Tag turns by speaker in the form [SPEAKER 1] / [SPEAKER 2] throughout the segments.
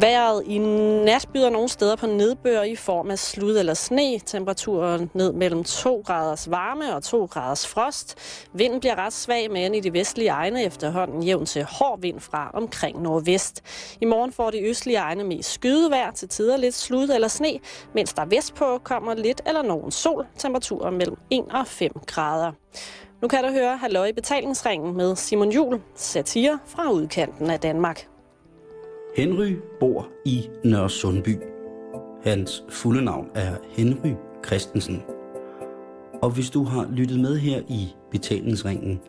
[SPEAKER 1] Været i nat byder nogle steder på nedbør i form af slud eller sne. Temperaturen ned mellem 2 graders varme og 2 graders frost. Vinden bliver ret svag, men i de vestlige egne efterhånden jævn til hård vind fra omkring nordvest. I morgen får de østlige egne mest skydevejr til tider lidt slud eller sne, mens der vestpå kommer lidt eller nogen sol. Temperaturer mellem 1 og 5 grader. Nu kan du høre Halløj i betalingsringen med Simon Jul, satire fra udkanten af Danmark.
[SPEAKER 2] Henry bor i Nørre Sundby. Hans fulde navn er Henry Christensen. Og hvis du har lyttet med her i betalingsringen,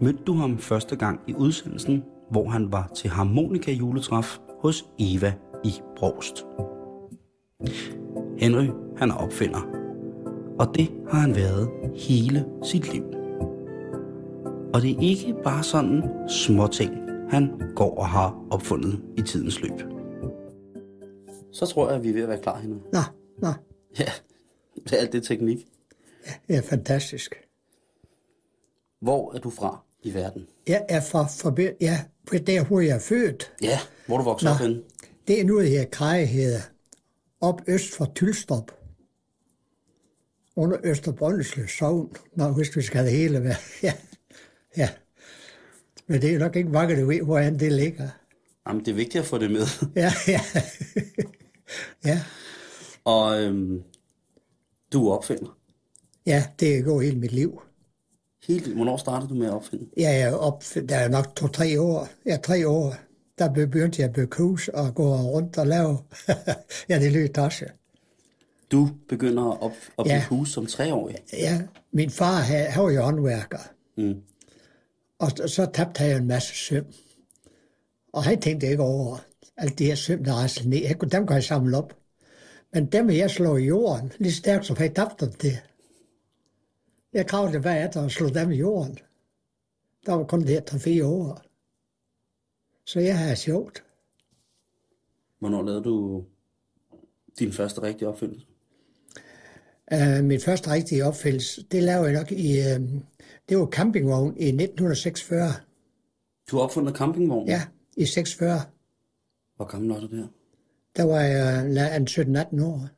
[SPEAKER 2] mødte du ham første gang i udsendelsen, hvor han var til harmonika juletræf hos Eva i Brost. Henry, han er opfinder. Og det har han været hele sit liv. Og det er ikke bare sådan småting, han går og har opfundet i tidens løb. Så tror jeg, at vi er ved at være klar, Henrik.
[SPEAKER 3] Nå, nå.
[SPEAKER 2] Ja, det er alt det teknik.
[SPEAKER 3] Det er fantastisk.
[SPEAKER 2] Hvor er du fra i verden?
[SPEAKER 3] Jeg er fra forbi- ja, fra der, hvor jeg er født.
[SPEAKER 2] Ja, hvor er du vokset
[SPEAKER 3] Nå.
[SPEAKER 2] op henne?
[SPEAKER 3] Det er noget her Kreje hedder. Op øst for Tylstrup. Under Østerbrønderslev Sogn. Nå, husk, vi skal det hele være. Ja. ja. Men det er nok ikke mange, der ved, hvor det ligger.
[SPEAKER 2] Jamen, det er vigtigt at få det med.
[SPEAKER 3] Ja, ja. ja,
[SPEAKER 2] Og øhm, du er opfinder.
[SPEAKER 3] ja, det er gået hele mit liv.
[SPEAKER 2] Helt, hvornår startede du med at opfinde?
[SPEAKER 3] Jeg er op, der er nok to-tre år. Ja, tre år. Der begyndte jeg at bygge hus og gå rundt og lave. ja, det lød tosset.
[SPEAKER 2] Du begynder at, op, at bygge
[SPEAKER 3] Ja.
[SPEAKER 2] hus som treårig.
[SPEAKER 3] Ja, min far, han, han var jo håndværker.
[SPEAKER 2] Mm.
[SPEAKER 3] Og så- så tabte han jo en masse søm. Og han tænkte ikke over alt det her søm, der raslede ned. Jeg kunne- Dem kan jeg samle op. Men dem vil jeg slå i jorden, lige så stærkt som han tabte dem til. Jeg kravede dem hver efter og slog dem i jorden. Der var kun det her tre-fire år. Så jeg havde sjovt.
[SPEAKER 2] Hvornår lavede du din første rigtige opfindelse?
[SPEAKER 3] Uh, min første rigtige opfældelse, det lavede jeg nok i, uh, det var campingvogn i 1946.
[SPEAKER 2] Du har opfundet campingvognen?
[SPEAKER 3] Ja, i 46.
[SPEAKER 2] Hvor gammel var du der?
[SPEAKER 3] Der var jeg la- en 17-18 år.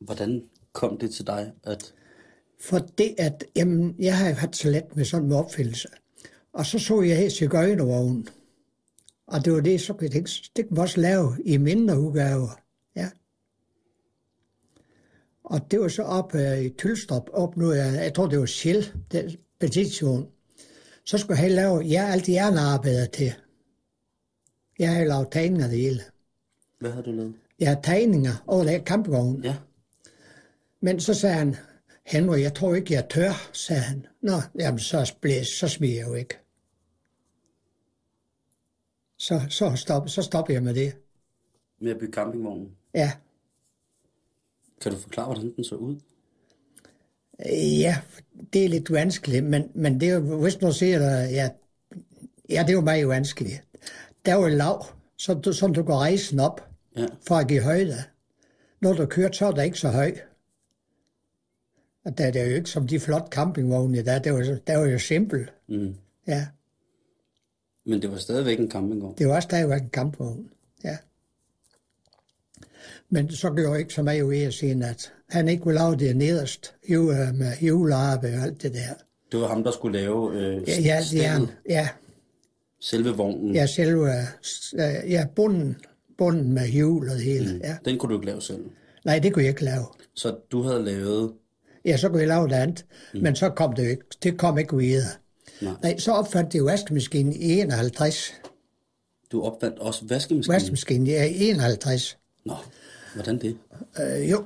[SPEAKER 2] Hvordan kom det til dig, at
[SPEAKER 3] For det at, jamen, jeg har jo haft så let med sådan en opfældelse. Og så så jeg helt cigøjnervognen. Og det var det, så kunne jeg tænke, det kan man også lave i mindre udgaver. Ja. Og det var så op øh, i Tylstrup, op nu, jeg, jeg tror det var Shell, den petition. Så skulle jeg lave, ja, alt det arbejder til. Jeg har jo lavet tegninger af det hele.
[SPEAKER 2] hvad havde du lavet?
[SPEAKER 3] Jeg har tegninger over det her kampvogn.
[SPEAKER 2] Ja.
[SPEAKER 3] Men så sagde han, Henry, jeg tror ikke, jeg tør, sagde han. Nå, jamen så, blæs, så smiger jeg jo ikke. Så, så, stop, så stopper jeg med det.
[SPEAKER 2] Med at bygge campingvognen.
[SPEAKER 3] Ja,
[SPEAKER 2] Kan du forklare, hvordan den så ud?
[SPEAKER 3] Øh, ja det er lidt vanskeligt, men, men det er jo, hvis man siger, at ja, ja, det er jo meget vanskeligt. Der er jo et lav, så du, som du går rejsen op
[SPEAKER 2] Ja.
[SPEAKER 3] for at give højde. Når du kører, så er der ikke så høj. Og der, det er jo ikke som de flotte campingvogne, der, der, er jo- der er jo simpelt.
[SPEAKER 2] Mm.
[SPEAKER 3] Ja.
[SPEAKER 2] Men det var stadigvæk en campingvogn.
[SPEAKER 3] Det var stadigvæk en kampvogn, ja. Men så gjorde jeg ikke så meget ud af siden, at han ikke ville lave det nederst jo, øh, med julearbe og alt det der.
[SPEAKER 2] Det var ham, der skulle lave øh,
[SPEAKER 3] Ja, ja,
[SPEAKER 2] stellet,
[SPEAKER 3] ja, ja,
[SPEAKER 2] selve vognen.
[SPEAKER 3] ja selve, øh, ja, bunden, bunden med hjul og det hele. Ja.
[SPEAKER 2] Den kunne du ikke lave selv.
[SPEAKER 3] Nej, det kunne jeg ikke lave.
[SPEAKER 2] Så du havde lavet...
[SPEAKER 3] Ja, så kunne jeg lave det andet, men så kom det jo ikke, det kom ikke videre.
[SPEAKER 2] Nej.
[SPEAKER 3] Nej, så opfandt de jo vaskemaskinen i 51.
[SPEAKER 2] Du opfandt også vaskemaskinen.
[SPEAKER 3] Vaskemaskinen ja, i 51.
[SPEAKER 2] Nå, hvordan det?
[SPEAKER 3] Øh, jo,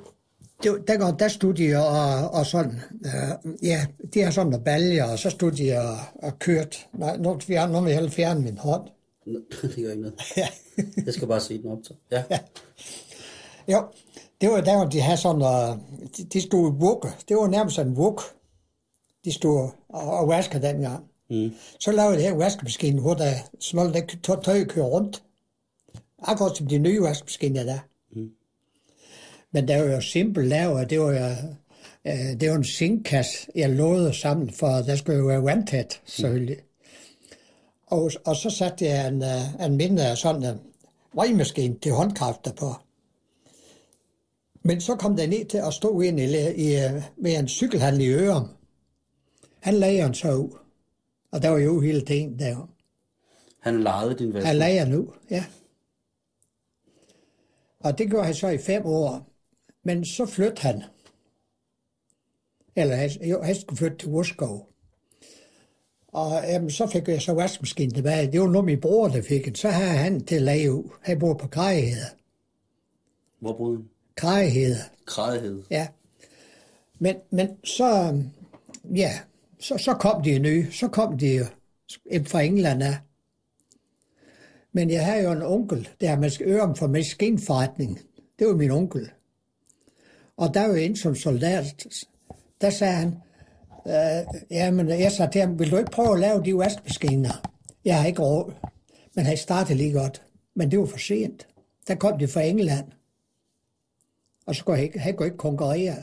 [SPEAKER 3] det, var- dengang der studier og, og sådan, øh, ja, de har sådan noget baljer, og så studier og, og kørt. Nej, nu, vil jeg- nu vil jeg hellere fjerne min hånd.
[SPEAKER 2] Nå, det gør ikke noget. Jeg skal bare se den optag. Ja. ja.
[SPEAKER 3] Jo, det var der, hvor de havde sådan noget, de, de stod i vugge. Det var nærmest en vugge, de stod og, og vaskede dengang. Mm. Så lavede de her vaskemaskine, hvor der smoldt der tø- tøj kører rundt. Akkurat som de nye vaskemaskiner der. Mm. Men der var jo simpelt lavet, det var jo øh, det var en zinkkasse, jeg låede sammen, for der skulle jo være vandtæt, selvfølgelig. Mm. Og, og så satte jeg en, øh, en mindre sådan en vejmaskine til håndkræfter på. Men så kom der ned til at stå ind i, i, øh, med en cykelhandel i Ørum. Han lagde han så ud. Og der var jo hele tiden der.
[SPEAKER 2] Han lejede din vaske.
[SPEAKER 3] Han leger nu, ja. Og det gjorde han så i fem år. Men så flyttede han. Eller han, jo, han skulle flytte til Urskov. Og jamen, så fik jeg så vaskemaskinen tilbage. Det var nu min bror, der fik den. Så havde han den til at lage ud. Han bor på Krejeheder.
[SPEAKER 2] Hvor boede han?
[SPEAKER 3] Krejeheder,
[SPEAKER 2] Grædighed.
[SPEAKER 3] ja. Men, men så, øhm, ja, så, så kom de nye. Så kom de jo ind fra England af. Men jeg havde jo en onkel, der man skal øre om for maskinforretning. Det var min onkel. Og der var jeg inde som soldat. Der sagde han, øh, jamen, jeg sagde til ham, vil du ikke prøve at lave de vaskemaskiner? Jeg har ikke råd. Men han startede lige godt. Men det var for sent. Der kom de fra England. Og så kunne han ikke, han kunne ikke konkurrere.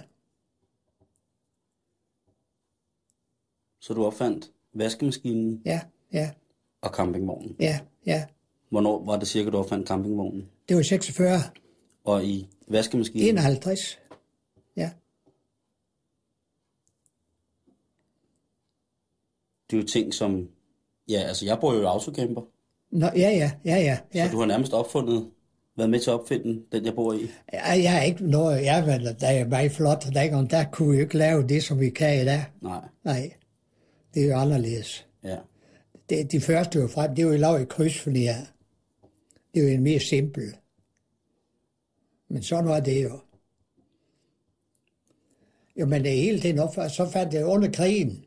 [SPEAKER 2] Så du opfandt vaskemaskinen
[SPEAKER 3] Ja, ja,
[SPEAKER 2] og campingvognen.
[SPEAKER 3] ja, ja.
[SPEAKER 2] Hvornår var det cirka, du opfandt campingvognen?
[SPEAKER 3] Det var 46,
[SPEAKER 2] Og i vaskemaskinen?
[SPEAKER 3] 51. Ja,
[SPEAKER 2] Det er jo ting som... Ja, altså jeg bor jo i autocamper,
[SPEAKER 3] Nå, ja, ja, ja, ja. ja.
[SPEAKER 2] så du har nærmest opfundet, været med til at opfinde den, jeg bor i.
[SPEAKER 3] Ja, jeg er ikke noget, jeg men der er meget flot, og der, der kunne vi jo ikke lave det, som vi kan i dag.
[SPEAKER 2] Nej,
[SPEAKER 3] Nej, det er jo anderledes.
[SPEAKER 2] ja.
[SPEAKER 3] Det, de første jo frem, det er jo lavet i kryds, fordi ja, det er jo en mere simpel. Men sådan var det jo. Jo, men det hele tiden opfandt, så fandt jeg under krigen,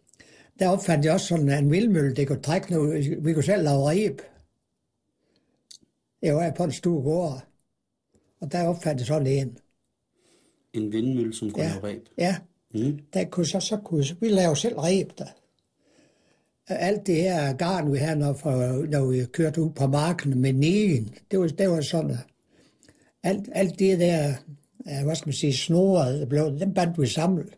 [SPEAKER 3] der opfandt jeg også sådan en vildmølle, det kunne trække noget, vi kunne selv lave reb. Jeg var på en stor gård, og der opfandt jeg sådan en.
[SPEAKER 2] En vindmølle, som kunne
[SPEAKER 3] Ja.
[SPEAKER 2] lave ræb.
[SPEAKER 3] Ja,
[SPEAKER 2] Mm.
[SPEAKER 3] der kunne så, så kunne så, vi lave selv reb der. Og Alt det her garn, vi havde, når, for, når vi kørte ud på marken med negen, det var, det var sådan, at alt, alt det der, øh, hvad skal man sige, snoret, blev, dem bandt vi sammen.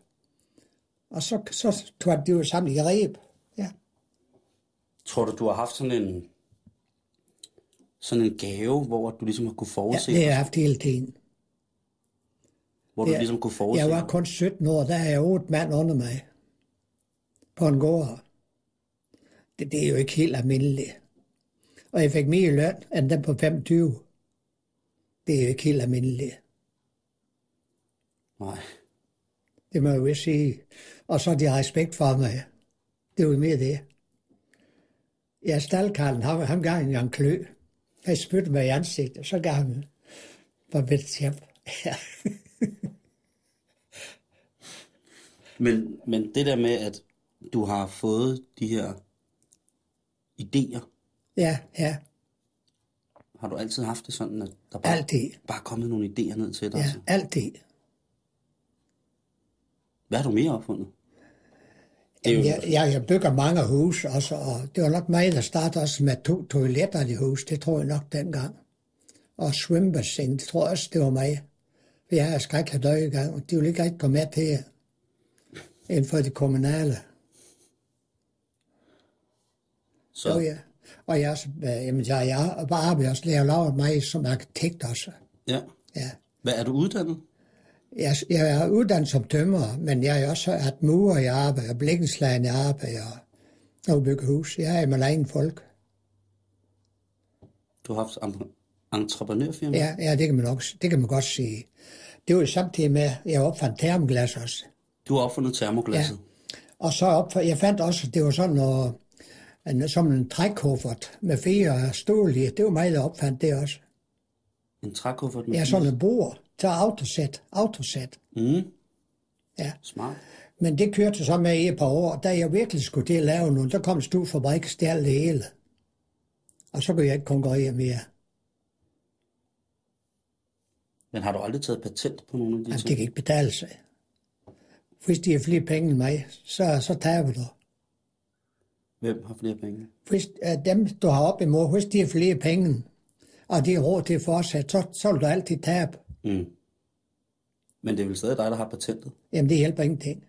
[SPEAKER 3] Og så, så tog det jo sammen i reb. Ja.
[SPEAKER 2] Tror du, du har haft sådan en sådan en gave, hvor du ligesom har kunne
[SPEAKER 3] ja,
[SPEAKER 2] forudse,
[SPEAKER 3] det har jeg haft hele tiden.
[SPEAKER 2] hvor du
[SPEAKER 3] ja.
[SPEAKER 2] ligesom kunne forudse,
[SPEAKER 3] Jeg var kun 17 år, der havde jeg otte mand under mig på en gård. Det, det er jo ikke helt almindeligt. Og jeg fik mere i løn end den på 25. Det er jo ikke helt almindeligt.
[SPEAKER 2] nej,
[SPEAKER 3] Det må jeg jo sige. Og så de har respekt for mig. Det er jo mere det. Ja, staldkarlen, ham, ham gav en gang klø. Han spyttede mig i ansigtet, så gav han var bedt hjem. Ja.
[SPEAKER 2] Men, men det der med, at du har fået de her idéer,
[SPEAKER 3] ja, ja,
[SPEAKER 2] har du altid haft det sådan, at der bare,
[SPEAKER 3] altid.
[SPEAKER 2] bare er kommet nogle idéer ned til dig?
[SPEAKER 3] Ja,
[SPEAKER 2] Altså.
[SPEAKER 3] altid.
[SPEAKER 2] Hvad har du mere opfundet? Det er jo,
[SPEAKER 3] Jamen, jeg, jeg, jeg bygger mange huse også, og det var nok mig, der startede også med to toiletter i hus. Det tror jeg nok dengang. Og svømmebassin, det tror jeg også, det var mig. For jeg har skrækket døje i gang, og de ville ikke rigtig komme med til jer. Inden for det kommunale.
[SPEAKER 2] så,
[SPEAKER 3] Så. ja. Og jeg, er også, øh, jamen, jeg, jeg bare arbejder også, jeg har lavet mig som arkitekt også.
[SPEAKER 2] ja.
[SPEAKER 3] Ja.
[SPEAKER 2] Hvad er du uddannet?
[SPEAKER 3] Jeg, jeg er uddannet som tømrer, men jeg er også at murer i arbejde, og blikkenslagende arbejde, og, og bygge hus. Jeg er med egen folk.
[SPEAKER 2] Du har haft en- entreprenørfirma?
[SPEAKER 3] Ja, ja det, kan man nok, det kan man godt sige. Det var jo samtidig med, at jeg opfandt termoglas også.
[SPEAKER 2] Du har opfundet termoglasset. Ja.
[SPEAKER 3] Og så opfandt, jeg fandt også, at det var sådan noget, en, som en trækuffert med fire stål i. Det var mig, der opfandt det også.
[SPEAKER 2] En trækuffert med
[SPEAKER 3] Jeg er
[SPEAKER 2] fire-
[SPEAKER 3] sådan en bord til autosæt, autosæt.
[SPEAKER 2] Mm.
[SPEAKER 3] Ja.
[SPEAKER 2] Smart.
[SPEAKER 3] Men det kørte så med i et par år. Da jeg virkelig skulle til at lave noget, der kom Stu Fabrik stjal det hele. Og så kunne jeg ikke konkurrere mere.
[SPEAKER 2] Men har du aldrig taget patent på nogle af de
[SPEAKER 3] Jamen,
[SPEAKER 2] ting?
[SPEAKER 3] Altså, det kan ikke betale sig. Hvis de har flere penge end mig, så, så taber du.
[SPEAKER 2] Hvem har flere penge?
[SPEAKER 3] hvis øh, dem, du har op imod, hvis de har flere penge, og de har råd til at fortsætte, så, så vil du altid tabe.
[SPEAKER 2] Mm. Men det er vel stadig dig, der har patentet?
[SPEAKER 3] Jamen, det hjælper ingenting.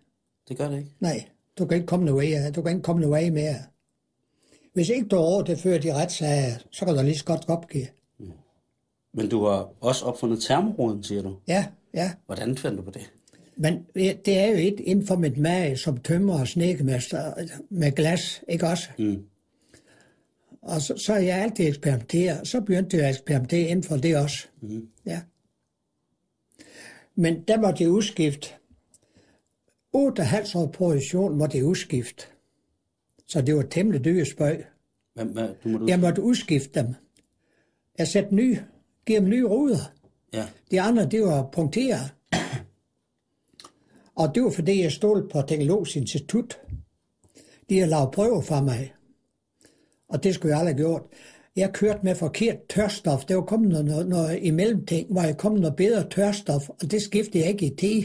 [SPEAKER 2] Det gør det ikke.
[SPEAKER 3] Nej, du kan ikke komme noget af, du kan ikke komme noget af mere. Hvis ikke du over det før de retssager, så kan du lige så godt opgive.
[SPEAKER 2] Men du har også opfundet termoroden, siger du.
[SPEAKER 3] Ja, ja.
[SPEAKER 2] Hvordan fandt du på det?
[SPEAKER 3] Men det er jo et inden for mit mage, som tømmer og snekmester med glas, ikke også?
[SPEAKER 2] Mm.
[SPEAKER 3] Og så, så har jeg altid eksperimenteret. Så begyndte jeg at eksperimentere inden for det også.
[SPEAKER 2] Mhm.
[SPEAKER 3] Ja. Men der måtte jeg udskifte. 8,5 år produktion måtte jeg udskifte. Så det var temmelig dyre spøg.
[SPEAKER 2] Hvad, hvad, du måtte ud...
[SPEAKER 3] Jeg måtte udskifte dem. Jeg satte ny, giver dem nye ruder.
[SPEAKER 2] Ja.
[SPEAKER 3] De andre, det var punkteret. Og det var fordi, jeg stod på Teknologisk Institut. De har lavet prøver for mig. Og det skulle jeg aldrig have gjort. Jeg kørte med forkert tørstof. Der var kommet noget, noget, noget imellem-ting, hvor jeg kom noget bedre tørstof, og det skiftede jeg ikke i tid.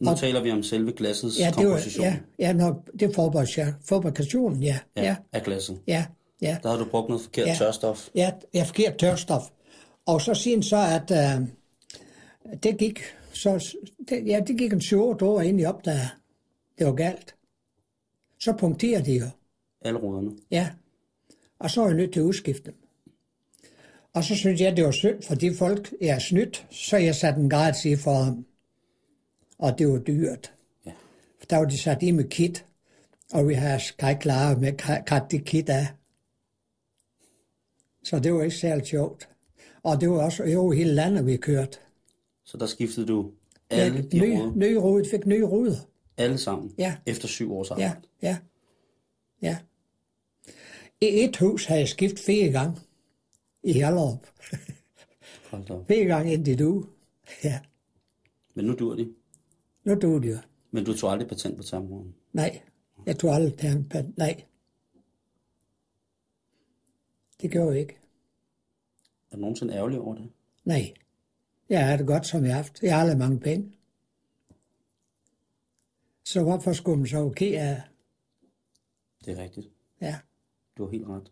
[SPEAKER 2] Nu taler vi om selve glassets
[SPEAKER 3] Ja, det var,
[SPEAKER 2] komposition
[SPEAKER 3] ja, ja, når, det forberedte fabrikationen, ja. Ja,
[SPEAKER 2] af glasset.
[SPEAKER 3] ja, ja.
[SPEAKER 2] Der har du brugt noget forkert
[SPEAKER 3] Ja.
[SPEAKER 2] tørstof.
[SPEAKER 3] Ja, jeg forkert tørstof. Og så siden så, at øh, det gik, så, det, ja, det gik en 7 år ind i opdager. Det var galt. Så punkterer de jo,
[SPEAKER 2] Alle ruderne.
[SPEAKER 3] ja. Og så er jeg nødt til at udskifte dem. Og så synes jeg, det var synd for de folk, jeg er snydt, så jeg satte en gratis i for ham. Og det var dyrt.
[SPEAKER 2] Ja.
[SPEAKER 3] For der var de sat i med kit, og vi har skal ikke klare med at kat det kit af. Så det var ikke særlig sjovt. Og det var også over hele landet, vi kørte.
[SPEAKER 2] Så der skiftede du
[SPEAKER 3] Ja,
[SPEAKER 2] alle de
[SPEAKER 3] nye,
[SPEAKER 2] ruder,
[SPEAKER 3] nye ruder, fik nye ruder.
[SPEAKER 2] alle sammen,
[SPEAKER 3] Ja.
[SPEAKER 2] efter syv års
[SPEAKER 3] Ja,
[SPEAKER 2] arbejde.
[SPEAKER 3] ja, ja. I et hus havde jeg skiftet fire gange. I Hjallerup.
[SPEAKER 2] Hold da op.
[SPEAKER 3] Fire gange indtil du. Ja,
[SPEAKER 2] Men nu dur de.
[SPEAKER 3] nu du det jo.
[SPEAKER 2] Men du tog aldrig patent på termoroden.
[SPEAKER 3] Nej, jeg tog aldrig tandpand. Nej. Det gjorde jeg ikke.
[SPEAKER 2] Er du nogensinde ærgerlig over det?
[SPEAKER 3] Nej. Jeg har det godt, som jeg har haft. Jeg har aldrig mange penge. Så hvorfor skulle man så okay af?
[SPEAKER 2] Det er rigtigt.
[SPEAKER 3] Ja.
[SPEAKER 2] Du har helt ret.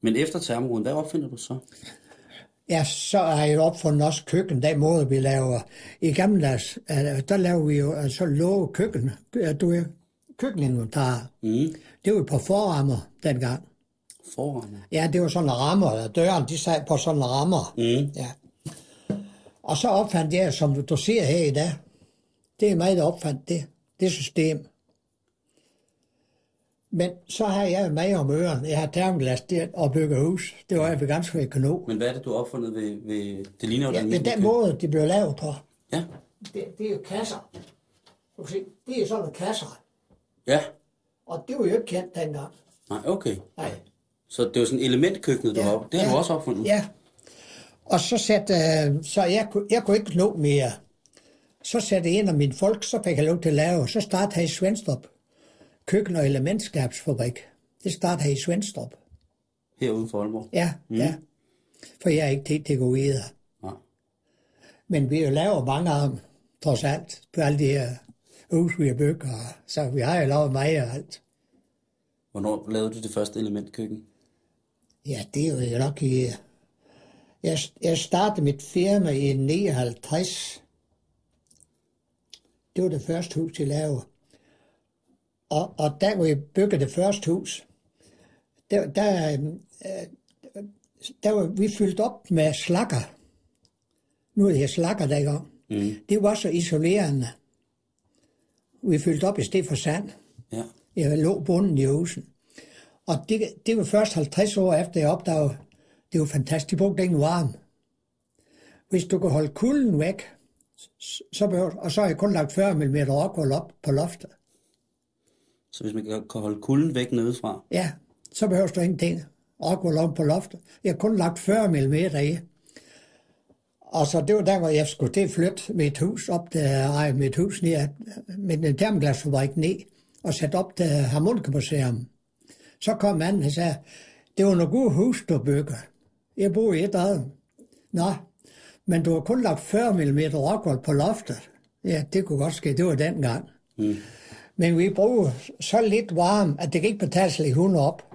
[SPEAKER 2] Men efter termoroden, hvad opfinder du så?
[SPEAKER 3] Ja, så har jeg opfundet også køkken, den måde vi laver. I gamle dage, øh, der laver vi jo altså låge køkken. Ja, Du er køkkeninventar.
[SPEAKER 2] Mm.
[SPEAKER 3] Det var jo på forrammer dengang.
[SPEAKER 2] Forrammer.
[SPEAKER 3] Ja, det var sådan rammer, eller døren, de sad på sådan rammer.
[SPEAKER 2] Mm.
[SPEAKER 3] Ja. Og så opfandt jeg, som du, du ser her i dag, det er mig, der opfandt det, det system. Men så har jeg med om øren, jeg har termglas der og bygger hus. Det var jeg ved ganske økonom.
[SPEAKER 2] Men hvad er det, du har opfundet ved... ved det ligner jo
[SPEAKER 3] Ja,
[SPEAKER 2] den
[SPEAKER 3] men
[SPEAKER 2] almindelige
[SPEAKER 3] den
[SPEAKER 2] kø-
[SPEAKER 3] måde, de blev lavet på,
[SPEAKER 2] Ja.
[SPEAKER 3] det, det er jo kasser. Du kan se, det er sådan nogle kasser.
[SPEAKER 2] Ja.
[SPEAKER 3] Og det var jo ikke kendt dengang.
[SPEAKER 2] Nej, okay.
[SPEAKER 3] Nej.
[SPEAKER 2] Så det er jo sådan elementkøkkenet, du
[SPEAKER 3] Ja,
[SPEAKER 2] har op. Det har
[SPEAKER 3] ja,
[SPEAKER 2] du også opfundet.
[SPEAKER 3] Ja. Og så satte, øh, så jeg, kunne- jeg kunne ikke nå mere. Så satte en af mine folk, så fik jeg lov til at lave, så startede jeg i Svendstrup. Køkken- og elementskabsfabrik. Det startede jeg i Svendstrup.
[SPEAKER 2] Herude for Aalborg.
[SPEAKER 3] Ja, mm. ja. For jeg er ikke helt dekoreret.
[SPEAKER 2] Nej.
[SPEAKER 3] Men vi laver mange af dem, trods alt, på alle de her hus, vi har bygget, og så vi har jo lavet meget og alt.
[SPEAKER 2] Hvornår lavede du det første elementkøkken?
[SPEAKER 3] Ja, det var jo nok i... øh, Jeg, jeg startede mit firma i 59. Det var det første hus, jeg lavede. Og, og da vi byggede det første hus, der, der, øhm, øh, der var vi fyldt op med slakker. Nu er det her slakker, der ikke mm. Det var så isolerende. Vi fyldte op i stedet for sand.
[SPEAKER 2] Ja.
[SPEAKER 3] Jeg lå bunden i husen. Og det, det var først 50 år efter, jeg opdagede, det var fantastisk. De brugte ingen varme. Hvis du kan holde kulden væk, s- så behøver, og så har jeg kun lagt 40 mm rockwool op på loftet.
[SPEAKER 2] Så hvis man kan kan holde kulden væk nedefra,
[SPEAKER 3] Ja, så behøver du ingenting. rockwool på loftet. Jeg har kun lagt 40 mm i. Og så det var der, hvor jeg skulle til at flytte mit hus op til, ej, mit hus ned, med en termoglasfabrik ned, og sætte op til Harmonikamuseum. Så kom manden og sagde, det var nogle gode hus, du bygger. Jeg bor i et af dem. Nå, men du har kun lagt 40 mm rockwool på loftet. Ja, det kunne godt ske, det var dengang. Mm. Men vi bruger så lidt varme, at det kan ikke betale sig hunde op.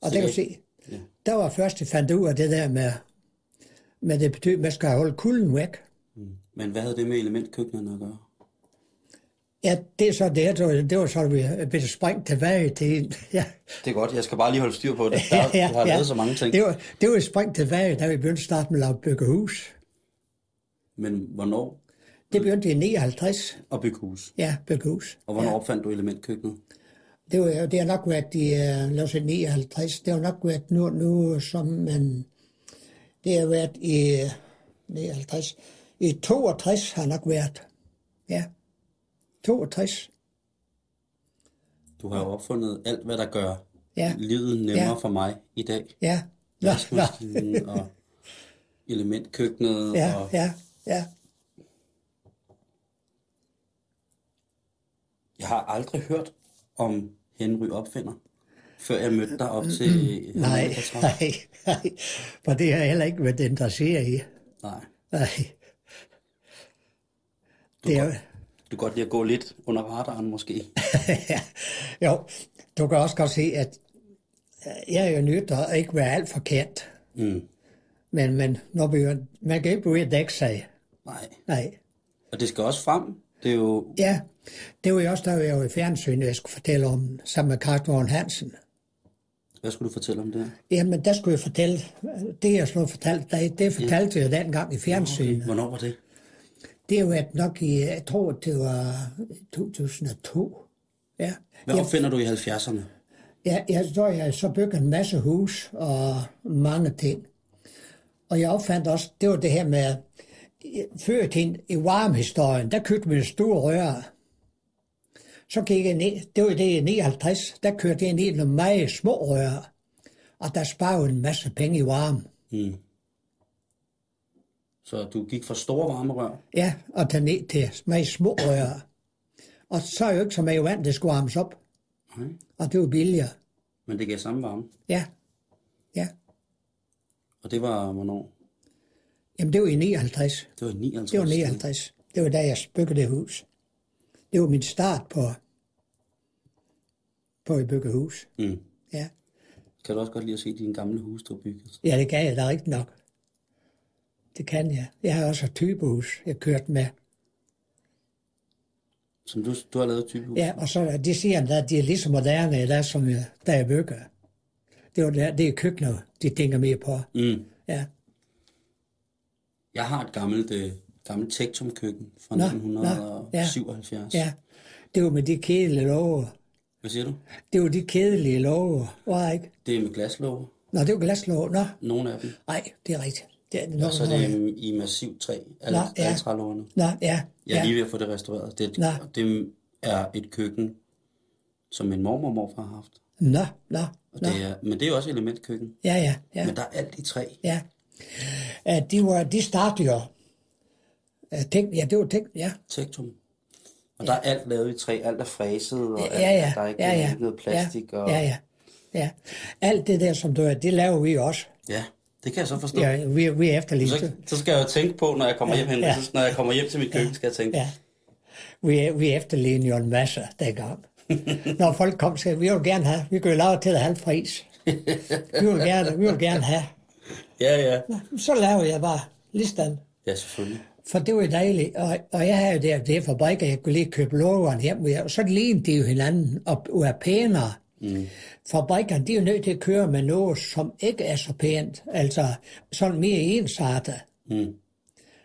[SPEAKER 3] Og det kan du se. Ja. Der var først, jeg fandt ud af det der med, med det betyder, at man skal holde kulden væk. Mm.
[SPEAKER 2] Men hvad havde det med elementkøkkenerne at gøre?
[SPEAKER 3] Ja, det er så det, det, det var så, vi blev sprængt tilbage til en. Ja.
[SPEAKER 2] Det er godt, jeg skal bare lige holde styr på det. Der, ja, ja, du har ja. lavet så mange ting.
[SPEAKER 3] Det var, det var sprængt tilbage, da vi begyndte at starte med at bygge hus.
[SPEAKER 2] Men hvornår?
[SPEAKER 3] Det begyndte i 59.
[SPEAKER 2] At bygge hus?
[SPEAKER 3] Ja, bygge hus.
[SPEAKER 2] Og hvornår
[SPEAKER 3] ja.
[SPEAKER 2] opfandt du elementkøkkenet?
[SPEAKER 3] Det, var, det har nok været i øh, lad os 59. Det har nok været nu, nu som en... Det har været i 59. I 62 har nok været. Ja. 62.
[SPEAKER 2] Du har jo opfundet alt, hvad der gør ja. livet nemmere ja. for mig i dag.
[SPEAKER 3] Ja.
[SPEAKER 2] Nå, nå. og elementkøkkenet.
[SPEAKER 3] Ja,
[SPEAKER 2] og...
[SPEAKER 3] ja, ja.
[SPEAKER 2] Jeg har aldrig hørt om Henry Opfinder, før jeg mødte dig op til...
[SPEAKER 3] nej, nej, nej, for det har jeg heller ikke været interesseret i.
[SPEAKER 2] Nej.
[SPEAKER 3] Nej.
[SPEAKER 2] Du, det er... godt, du godt lide at gå lidt under radaren, måske.
[SPEAKER 3] ja. jo, du kan også godt se, at øh, jeg er jo nødt til at ikke være alt forkert.
[SPEAKER 2] Mm.
[SPEAKER 3] Men, men når vi, man kan ikke blive at dække sig.
[SPEAKER 2] Nej.
[SPEAKER 3] Nej.
[SPEAKER 2] Og det skal også frem. Det er jo...
[SPEAKER 3] Ja, det var jo også, der jeg var i fjernsynet, jeg skulle fortælle om, sammen med Karl Vogn Hansen.
[SPEAKER 2] Hvad skulle du fortælle om det?
[SPEAKER 3] Jamen, der skulle jeg fortælle, det jeg skulle fortælle dig, det fortalte ja. jeg dengang i fjernsynet. Okay.
[SPEAKER 2] Hvornår var det?
[SPEAKER 3] Det har været nok i, jeg tror, det var 2002. Ja.
[SPEAKER 2] Hvad
[SPEAKER 3] jeg,
[SPEAKER 2] opfinder du i 70'erne?
[SPEAKER 3] Ja, jeg, så, jeg så bygger en masse hus og mange ting. Og jeg opfandt også, det var det her med, før til i varmehistorien, der købte vi en stor rør. Så gik jeg ned, det var det i 59, der kørte jeg ned i nogle meget små rør. Og der sparede en masse penge i varme.
[SPEAKER 2] Mm. Så du gik fra store varmerør?
[SPEAKER 3] Ja, og tage ned til meget små rør. Og så er jo ikke så meget vand, det skulle varmes op.
[SPEAKER 2] Nej. Mm.
[SPEAKER 3] Og det var billigere.
[SPEAKER 2] Men det gav samme varme?
[SPEAKER 3] Ja. Ja.
[SPEAKER 2] Og det var hvornår?
[SPEAKER 3] Jamen, det var i 59.
[SPEAKER 2] Det var 59?
[SPEAKER 3] Det var 59. Det var da jeg byggede det hus. Det var min start på, på at bygge hus.
[SPEAKER 2] Mm.
[SPEAKER 3] Ja.
[SPEAKER 2] Kan du også godt lide at se dine gamle hus, du har bygget?
[SPEAKER 3] Ja, det kan jeg da rigtig nok. Det kan jeg. Jeg har også et typehus, jeg kørt med.
[SPEAKER 2] Som du, du har lavet typehus?
[SPEAKER 3] Ja, og så de siger, at de er lige så moderne i dag, som jeg, da jeg bygger. Det, var, der, det er køkkener, de tænker mere på.
[SPEAKER 2] Mm.
[SPEAKER 3] Ja.
[SPEAKER 2] Jeg har et gammelt, øh, gammelt Tektum-køkken fra nå, 1977. Nå,
[SPEAKER 3] ja, ja. Det var med de kedelige låger.
[SPEAKER 2] Hvad siger du?
[SPEAKER 3] Det var de kedelige låger, var ikke?
[SPEAKER 2] Det er med glaslåger.
[SPEAKER 3] Nå, det var glaslåger, nå.
[SPEAKER 2] Nogle af dem.
[SPEAKER 3] Nej, det er rigtigt. Det er
[SPEAKER 2] Og så er det i massivt træ, alle,
[SPEAKER 3] Nå, ja.
[SPEAKER 2] alle trælårene.
[SPEAKER 3] Nå, ja.
[SPEAKER 2] Jeg er
[SPEAKER 3] ja.
[SPEAKER 2] lige ved at få det restaureret. Det,
[SPEAKER 3] Nå.
[SPEAKER 2] og det er et køkken, som min mormor og morfar har haft.
[SPEAKER 3] Nå, nå,
[SPEAKER 2] Og
[SPEAKER 3] nå.
[SPEAKER 2] det er, men det er også elementkøkken.
[SPEAKER 3] Ja, ja, ja.
[SPEAKER 2] Men der er alt i træ.
[SPEAKER 3] Ja. Øh, De, var, de startede jo. Øh, Tænk, ja, det var tænkt, ja.
[SPEAKER 2] Tektum. Og der er alt lavet i træ, alt er fræset, og
[SPEAKER 3] Ja, ja.
[SPEAKER 2] alt, der er ikke
[SPEAKER 3] ja, ja.
[SPEAKER 2] noget plastik.
[SPEAKER 3] Ja,
[SPEAKER 2] Og...
[SPEAKER 3] ja, ja. ja. Alt det der, som du er, det laver vi også.
[SPEAKER 2] ja, det kan jeg så forstå.
[SPEAKER 3] Ja, vi, vi er efterlignet.
[SPEAKER 2] Så, så skal jeg jo tænke på, når jeg kommer hjem, hen,
[SPEAKER 3] ja.
[SPEAKER 2] så, når jeg kommer hjem til mit køkken, skal jeg tænke,
[SPEAKER 3] Ja. Vi, vi efterlignede jo en masse dengang. Når folk kom til, vi vil gerne have, vi kunne lave til halv pris. Vi vil gerne, vi vil gerne have.
[SPEAKER 2] ja, ja.
[SPEAKER 3] Så lavede jeg bare listan.
[SPEAKER 2] Ja, selvfølgelig.
[SPEAKER 3] For det var jo dejligt, og, og jeg havde jo der, det fabrik, at jeg kunne lige købe lågerne hjem, med, og så lignede de jo hinanden og, og er pænere. Mm. Fabrikkerne, de er jo nødt til at køre med noget, som ikke er så pænt, altså sådan mere ensartet.
[SPEAKER 2] Mm.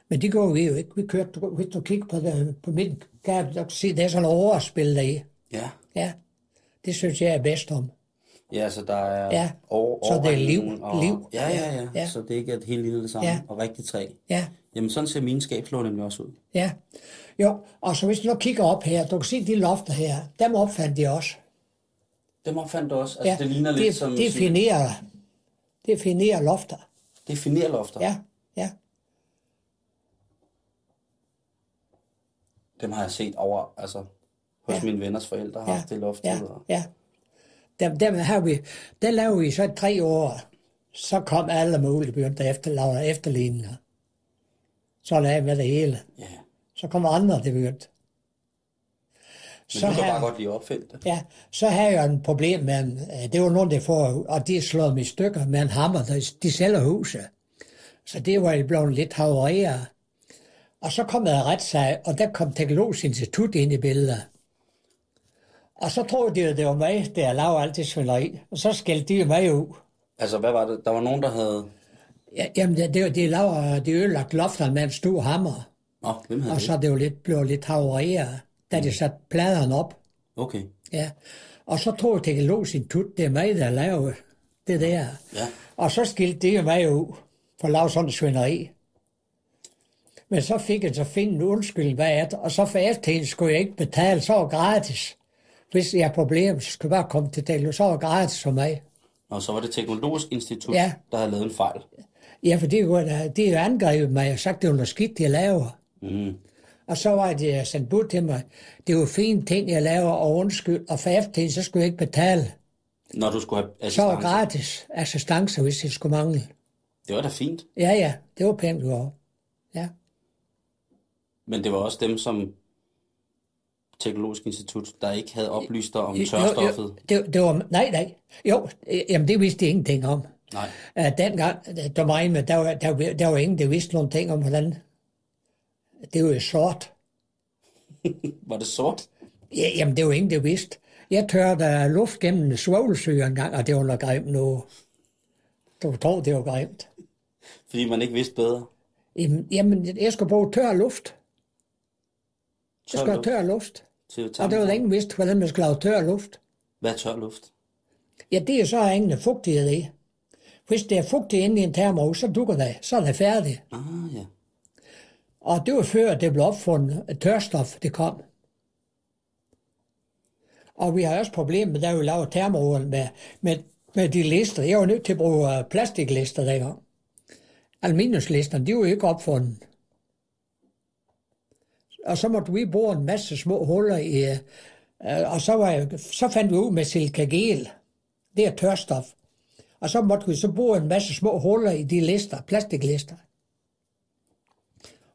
[SPEAKER 3] Men det går vi jo ikke. Vi kørte, du- hvis du kigger på, det, på min kæreste, så kan du se, der er sådan noget overspil der i.
[SPEAKER 2] Ja.
[SPEAKER 3] Ja, det synes jeg er bedst om.
[SPEAKER 2] Ja, så der er
[SPEAKER 3] Ja.
[SPEAKER 2] over,
[SPEAKER 3] Så det er liv,
[SPEAKER 2] overringen og,
[SPEAKER 3] liv.
[SPEAKER 2] Ja, ja, ja,
[SPEAKER 3] Ja.
[SPEAKER 2] ja. Så det ikke er et helt lille det samme.
[SPEAKER 3] Ja.
[SPEAKER 2] Og rigtig træ.
[SPEAKER 3] Ja,
[SPEAKER 2] Jamen, sådan ser mine skabslån nemlig også ud.
[SPEAKER 3] ja. Jo, og så hvis du nu kigger op her, du kan se de lofter her, dem opfandt de også.
[SPEAKER 2] Dem opfandt du også? Altså, ja, det ligner
[SPEAKER 3] det,
[SPEAKER 2] lidt som...
[SPEAKER 3] definerer, definerer lofter.
[SPEAKER 2] Definerer lofter?
[SPEAKER 3] Ja, ja.
[SPEAKER 2] Dem har jeg set over, altså, hos ja.
[SPEAKER 3] Ja.
[SPEAKER 2] mine venners forældre har
[SPEAKER 3] Ja,
[SPEAKER 2] haft det loft.
[SPEAKER 3] Ja, ja. Der, der, har vi, der lavede vi så tre år. Så kom alle mulige begyndte at efter, lave efterligninger. Så lavede med det hele.
[SPEAKER 2] ja.
[SPEAKER 3] Så kom andre, det begyndte.
[SPEAKER 2] Men så du kan
[SPEAKER 3] har-
[SPEAKER 2] bare godt lige opfinde det.
[SPEAKER 3] Ja, så havde jeg en problem med, en- øh, det var nogen, der får, og de slår dem i stykker med en hammer, der, de sælger huset. Så det var jeg blevet lidt havreret. Og så kom der ret sig, og der kom Teknologisk Institut ind i billedet. Og så troede de, at det var mig, der lavede alt det svineri. Og så skældte de jo mig ud.
[SPEAKER 2] Altså, hvad var det? Der var nogen, der havde...
[SPEAKER 3] Ja, Jamen, det, det, de laver, de ødelagt lofter med en stor hammer.
[SPEAKER 2] Nå, hvem havde
[SPEAKER 3] Og
[SPEAKER 2] det?
[SPEAKER 3] så det jo lidt, blev lidt havreret, da de satte pladerne op.
[SPEAKER 2] Okay,
[SPEAKER 3] Ja, og så tog Teknologisk Institut, det er mig, der lavede det der.
[SPEAKER 2] ja.
[SPEAKER 3] Og så skilte det jo mig ud for at lave sådan en svineri. Men så fik jeg så finde en undskyldning, hvad er det? Og så for efterhænden skulle jeg ikke betale, så var det gratis. Hvis jeg har problemer, så skulle jeg bare komme til Teknologisk, så var det gratis for mig.
[SPEAKER 2] Nå, så var det Teknologisk Institut,
[SPEAKER 3] Ja.
[SPEAKER 2] der havde lavet en fejl.
[SPEAKER 3] Ja, for det var da- det er jo angrebet mig, og sagt, det var noget skidt, jeg laver.
[SPEAKER 2] Mm.
[SPEAKER 3] Og så var det jeg sendt bud til mig, det er jo fine ting, jeg laver, og undskyld, og for efterhænden, så skulle jeg ikke betale.
[SPEAKER 2] Når du skulle have
[SPEAKER 3] Så var
[SPEAKER 2] assistance.
[SPEAKER 3] det gratis assistance, hvis jeg skulle mangle.
[SPEAKER 2] Det var da fint.
[SPEAKER 3] Ja, ja, det var pænt gjort. Ja,
[SPEAKER 2] Men det var også dem, som Teknologisk Institut, der ikke havde oplyst dig om
[SPEAKER 3] Jo,
[SPEAKER 2] tørstoffet.
[SPEAKER 3] Jo, det, det var, nej, nej. Jo, øh, jamen det vidste de ingenting om.
[SPEAKER 2] Nej.
[SPEAKER 3] Uh, dengang, øh, der var, en, der, var, der, var, der var ingen, der vidste nogen ting om, hvordan... Det var jo sort.
[SPEAKER 2] Var det sort?
[SPEAKER 3] Ja, jamen, det var ingen, der vidste. Jeg tørrede luft gennem svovlsyre en gang, og det var noget grimt nu. Du tror, det var grimt.
[SPEAKER 2] Fordi man ikke vidste bedre.
[SPEAKER 3] Jamen, Jamen, jeg skulle bruge tør luft. Jeg skulle have tør luft.
[SPEAKER 2] Til
[SPEAKER 3] Og det var der ingen vidste, hvordan man skulle lave tør luft.
[SPEAKER 2] Hvad er tør luft?
[SPEAKER 3] Ja, det er så ingen fugtighed i. Hvis det er fugtigt inde i en termos, så dukker det. Så er det færdigt.
[SPEAKER 2] Ah, ja.
[SPEAKER 3] Og det var før, det blev opfundet, at tørstof det kom. Og vi har også problemer, da vi laver termoer med, med, med de lister. Jeg var nødt til at bruge øh, plastiklister dengang. Aluminiumslisterne, de var jo ikke opfundet. Og så måtte vi bruge en masse små huller i, øh, og så, var jeg, så fandt vi ud med silikagel. Det er tørstof. Og så måtte vi så bruge en masse små huller i de lister, plastiklister.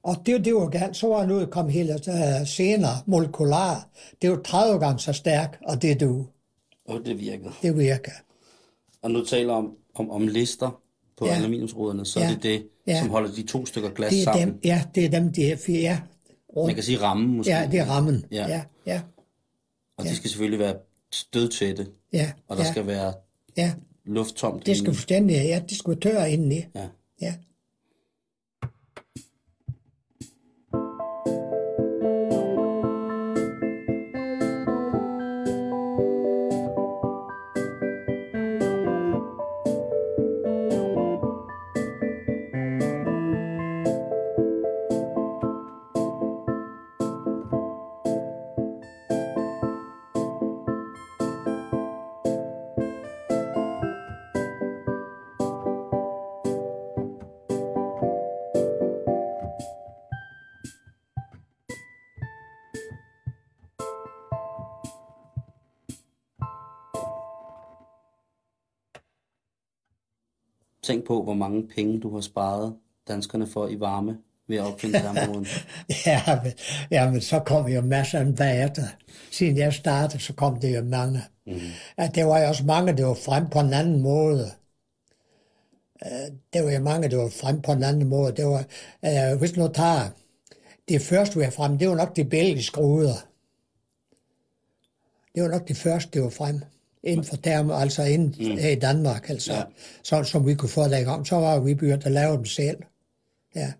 [SPEAKER 3] Og det, det var galt, så var han ude kom helt uh, senere, molekular. Det var 30 gange så stærk, og det du,
[SPEAKER 2] Åh, oh, det virkede.
[SPEAKER 3] det virker.
[SPEAKER 2] Og nu taler om, om, om lister på ja.
[SPEAKER 3] Ja.
[SPEAKER 2] aluminiumsruderne, så ja.
[SPEAKER 3] Ja.
[SPEAKER 2] det er det, ja.
[SPEAKER 3] Ja.
[SPEAKER 2] som holder de to stykker glas
[SPEAKER 3] Det er
[SPEAKER 2] sammen.
[SPEAKER 3] dem, ja, det er dem, de er fire, ja.
[SPEAKER 2] Man kan sige rammen måske.
[SPEAKER 3] Ja, det er rammen.
[SPEAKER 2] Ja.
[SPEAKER 3] Ja, ja, ja,
[SPEAKER 2] Og de skal selvfølgelig være stødtætte,
[SPEAKER 3] ja.
[SPEAKER 2] og der
[SPEAKER 3] ja,
[SPEAKER 2] skal være
[SPEAKER 3] ja.
[SPEAKER 2] lufttomt
[SPEAKER 3] Det skal
[SPEAKER 2] inde.
[SPEAKER 3] forstændig, ja, det skal være tørre indeni.
[SPEAKER 2] Ja.
[SPEAKER 3] Ja.
[SPEAKER 2] Tænk på, hvor mange penge du har sparet danskerne for i varme ved at opfinde termoruden.
[SPEAKER 3] Ja, men, ja, men så kom jo masser af dem bagefter. Siden jeg startede, så kom det jo mange. Mm. At der var jo også mange, der var frem på en anden måde. Øh, Der var jo mange, der var frem på en anden måde. Det var, øh, hvis nu tager det første, vi var frem, det var nok de belgiske ruder. Det var nok det første, det var frem inden for term, altså inden mm. her i Danmark, altså,
[SPEAKER 2] Ja.
[SPEAKER 3] ja. så, som vi kunne få det i gang. Så var vi begyndt at lave dem selv. Ja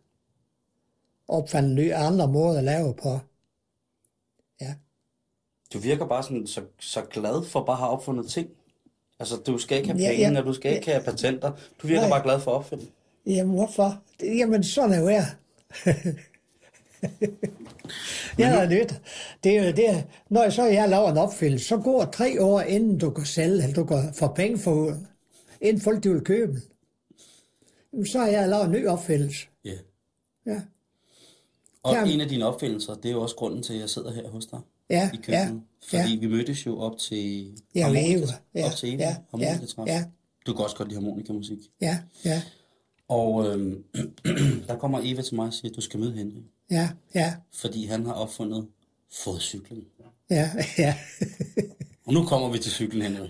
[SPEAKER 3] opfandt nye andre måder at lave på. Ja.
[SPEAKER 2] Du virker bare sådan, så, så glad for bare at have opfundet ting. Altså, du skal ikke have
[SPEAKER 3] Ja,
[SPEAKER 2] penge,
[SPEAKER 3] ja.
[SPEAKER 2] og du skal ikke have patenter. Du virker
[SPEAKER 3] Nej.
[SPEAKER 2] bare glad for at opfinde.
[SPEAKER 3] Jamen, hvorfor? Jamen, sådan er jeg. Jeg har nyt. Det er jo det. Når jeg så jeg laver en opfældelse, så går tre år, inden du kan sælge, eller du kan få penge for, inden folk de vil købe den. Jamen, Så har jeg lavet en ny opfældelse.
[SPEAKER 2] Ja.
[SPEAKER 3] Ja,
[SPEAKER 2] Og
[SPEAKER 3] Jamen.
[SPEAKER 2] en af dine opfindelser, det er jo også grunden til, at jeg sidder her hos dig
[SPEAKER 3] ja,
[SPEAKER 2] i
[SPEAKER 3] ja.
[SPEAKER 2] køkkenet.
[SPEAKER 3] ja.
[SPEAKER 2] Fordi vi mødtes jo op til
[SPEAKER 3] Ja, ved
[SPEAKER 2] harmonika-
[SPEAKER 3] Eva. Ja,
[SPEAKER 2] op til Eva,
[SPEAKER 3] ja,
[SPEAKER 2] harmonikatræf.
[SPEAKER 3] ja, ja.
[SPEAKER 2] Du kan også godt lide harmonikamusik.
[SPEAKER 3] ja, ja,
[SPEAKER 2] Og øhm, der kommer Eva til mig og siger, at du skal møde Henry,
[SPEAKER 3] ja, ja,
[SPEAKER 2] fordi han har opfundet fodcyklen.
[SPEAKER 3] ja, ja,
[SPEAKER 2] Og nu kommer vi til cyklen, Henry.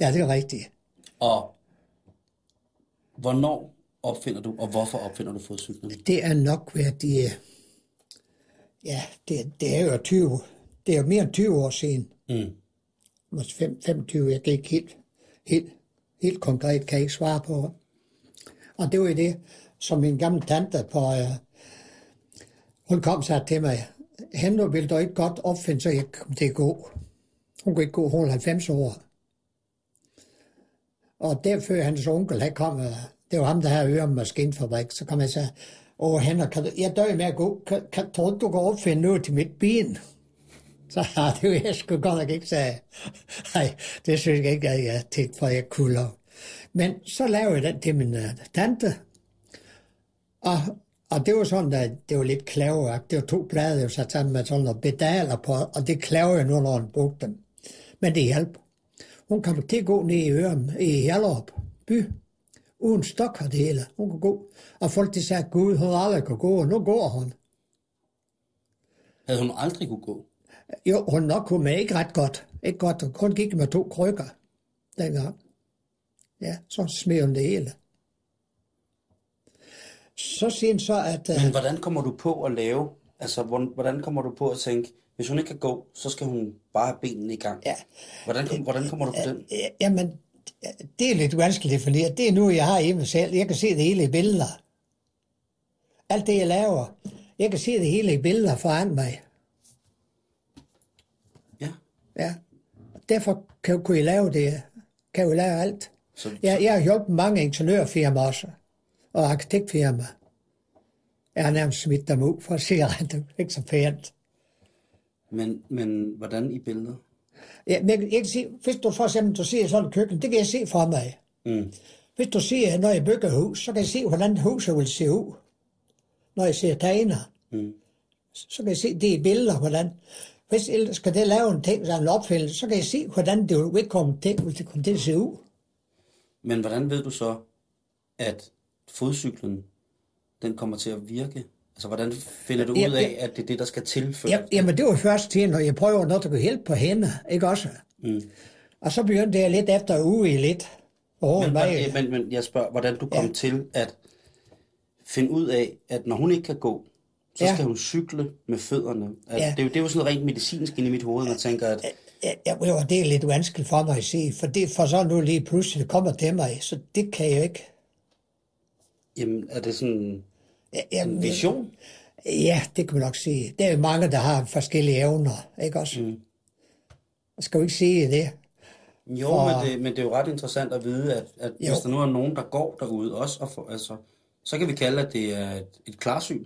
[SPEAKER 3] ja, det er rigtigt.
[SPEAKER 2] Og hvornår opfinder du, og hvorfor opfinder du fodcyklen?
[SPEAKER 3] Det er nok ved, at de... øh, Ja, det, det er jo 20... Det er jo mere end 20 år siden.
[SPEAKER 2] Mm.
[SPEAKER 3] Måske fem- 25, jeg kan ikke helt, helt, helt konkret, kan jeg ikke svare på. Og det var jo det, som min gamle tante på... Øh, hun kom så til mig. Henrik ville du ikke godt opfinde, så jeg kom til at gå. Hun kunne ikke gå, hun var 90 år. Og derfor hans onkel, han kom, øh, det var ham, der havde øre maskinfabrik, så kom jeg så, åh Henrik, kan du, jeg dør med at gå, kan, kan, tror du, du kan opfinde noget til mit ben? Så ja, det var jeg sgu godt nok ikke sagde. Nej, det synes jeg ikke, at jeg tænkte, for jeg kunne lov. Men så lavede jeg den til min uh, tante. Og, og det var sådan, at det var lidt klaveragt. Det var to blade, jeg var sat sammen med sådan nogle pedaler på, og det klaver jeg nu, når hun brugte dem. Men det hjalp. Hun kom til at gå ned i Ørum, i Hjallerup by, uden stok og det hele. Hun kunne gå. Og folk de sagde, Gud, hun har aldrig kunne gå, og nu går hun.
[SPEAKER 2] Havde hun aldrig kunne gå?
[SPEAKER 3] Jo, hun nok kunne, men ikke ret godt. Ikke godt. Hun kun gik med to krykker dengang. Ja, så smed hun det hele. Så siger hun så, at...
[SPEAKER 2] Men
[SPEAKER 3] Øh,
[SPEAKER 2] hvordan kommer du på at lave, altså hvordan, hvordan kommer du på at tænke, hvis hun ikke kan gå, så skal hun bare have benene i gang?
[SPEAKER 3] Ja.
[SPEAKER 2] Hvordan, kom, hvordan kommer du på den?
[SPEAKER 3] øh, jamen, det er lidt vanskeligt at definere. Det er nu, jeg har i mig selv. Jeg kan se det hele i billeder. Alt det, jeg laver. Jeg kan se det hele i billeder foran mig.
[SPEAKER 2] Ja.
[SPEAKER 3] Ja. Derfor kan, kunne jeg lave det. Kan jeg lave alt.
[SPEAKER 2] Så,
[SPEAKER 3] Jeg, jeg har hjulpet mange ingeniørfirmaer også, og arkitektfirmaer. Jeg har nærmest smidt dem ud for at se, at det er ikke så pænt.
[SPEAKER 2] Men, men hvordan i billeder?
[SPEAKER 3] Ja, men jeg, kan- jeg kan se, hvis du for eksempel du ser sådan et køkken, det kan jeg se for mig.
[SPEAKER 2] Mm.
[SPEAKER 3] Hvis du ser, når jeg bygger hus, så kan jeg se, hvordan huset vil se ud. Når jeg ser tegner,
[SPEAKER 2] Mm.
[SPEAKER 3] så så kan jeg se det i billeder, hvordan... Hvis jeg skal det lave en ting, som en opfældelse, så kan jeg se, hvordan det vil komme til, vil det komme til at se ud.
[SPEAKER 2] Men hvordan ved du så, at fodcyklen, den kommer til at virke? Altså, hvordan finder du ud
[SPEAKER 3] Ja,
[SPEAKER 2] af,
[SPEAKER 3] ja.
[SPEAKER 2] at det er det, der skal tilføre?
[SPEAKER 3] Ja, jamen, det var først til, når jeg prøver noget, der kunne hjælpe på hende, ikke også?
[SPEAKER 2] Mm.
[SPEAKER 3] Og så begyndte jeg lidt efter uge i lidt. Åh,
[SPEAKER 2] Men,
[SPEAKER 3] nej.
[SPEAKER 2] hvordan- men, men jeg spørger, hvordan du kom ja. til at finde ud af, at når hun ikke kan gå, så
[SPEAKER 3] Ja.
[SPEAKER 2] ja. skal hun cykle med fødderne. Altså,
[SPEAKER 3] Ja.
[SPEAKER 2] ja. det, er jo, det er jo sådan rent medicinsk inde i mit hoved, man tænker, at
[SPEAKER 3] Ja, ja, det var- det er lidt vanskeligt for mig at se, for det for så nu lige pludselig det kommer til mig, så det kan jeg jo ikke.
[SPEAKER 2] jamen, er det sådan
[SPEAKER 3] Ja, Jamen,
[SPEAKER 2] en vision?
[SPEAKER 3] ja, det kan man nok sige. Der er jo mange, der har forskellige evner, ikke også? Mm. Skal jo ikke sige det.
[SPEAKER 2] Jo, men det, men det er jo ret interessant at vide, at, at hvis der nu er nogen, der går derude også, og får, altså, så kan vi kalde, at det er et, et klarsyn,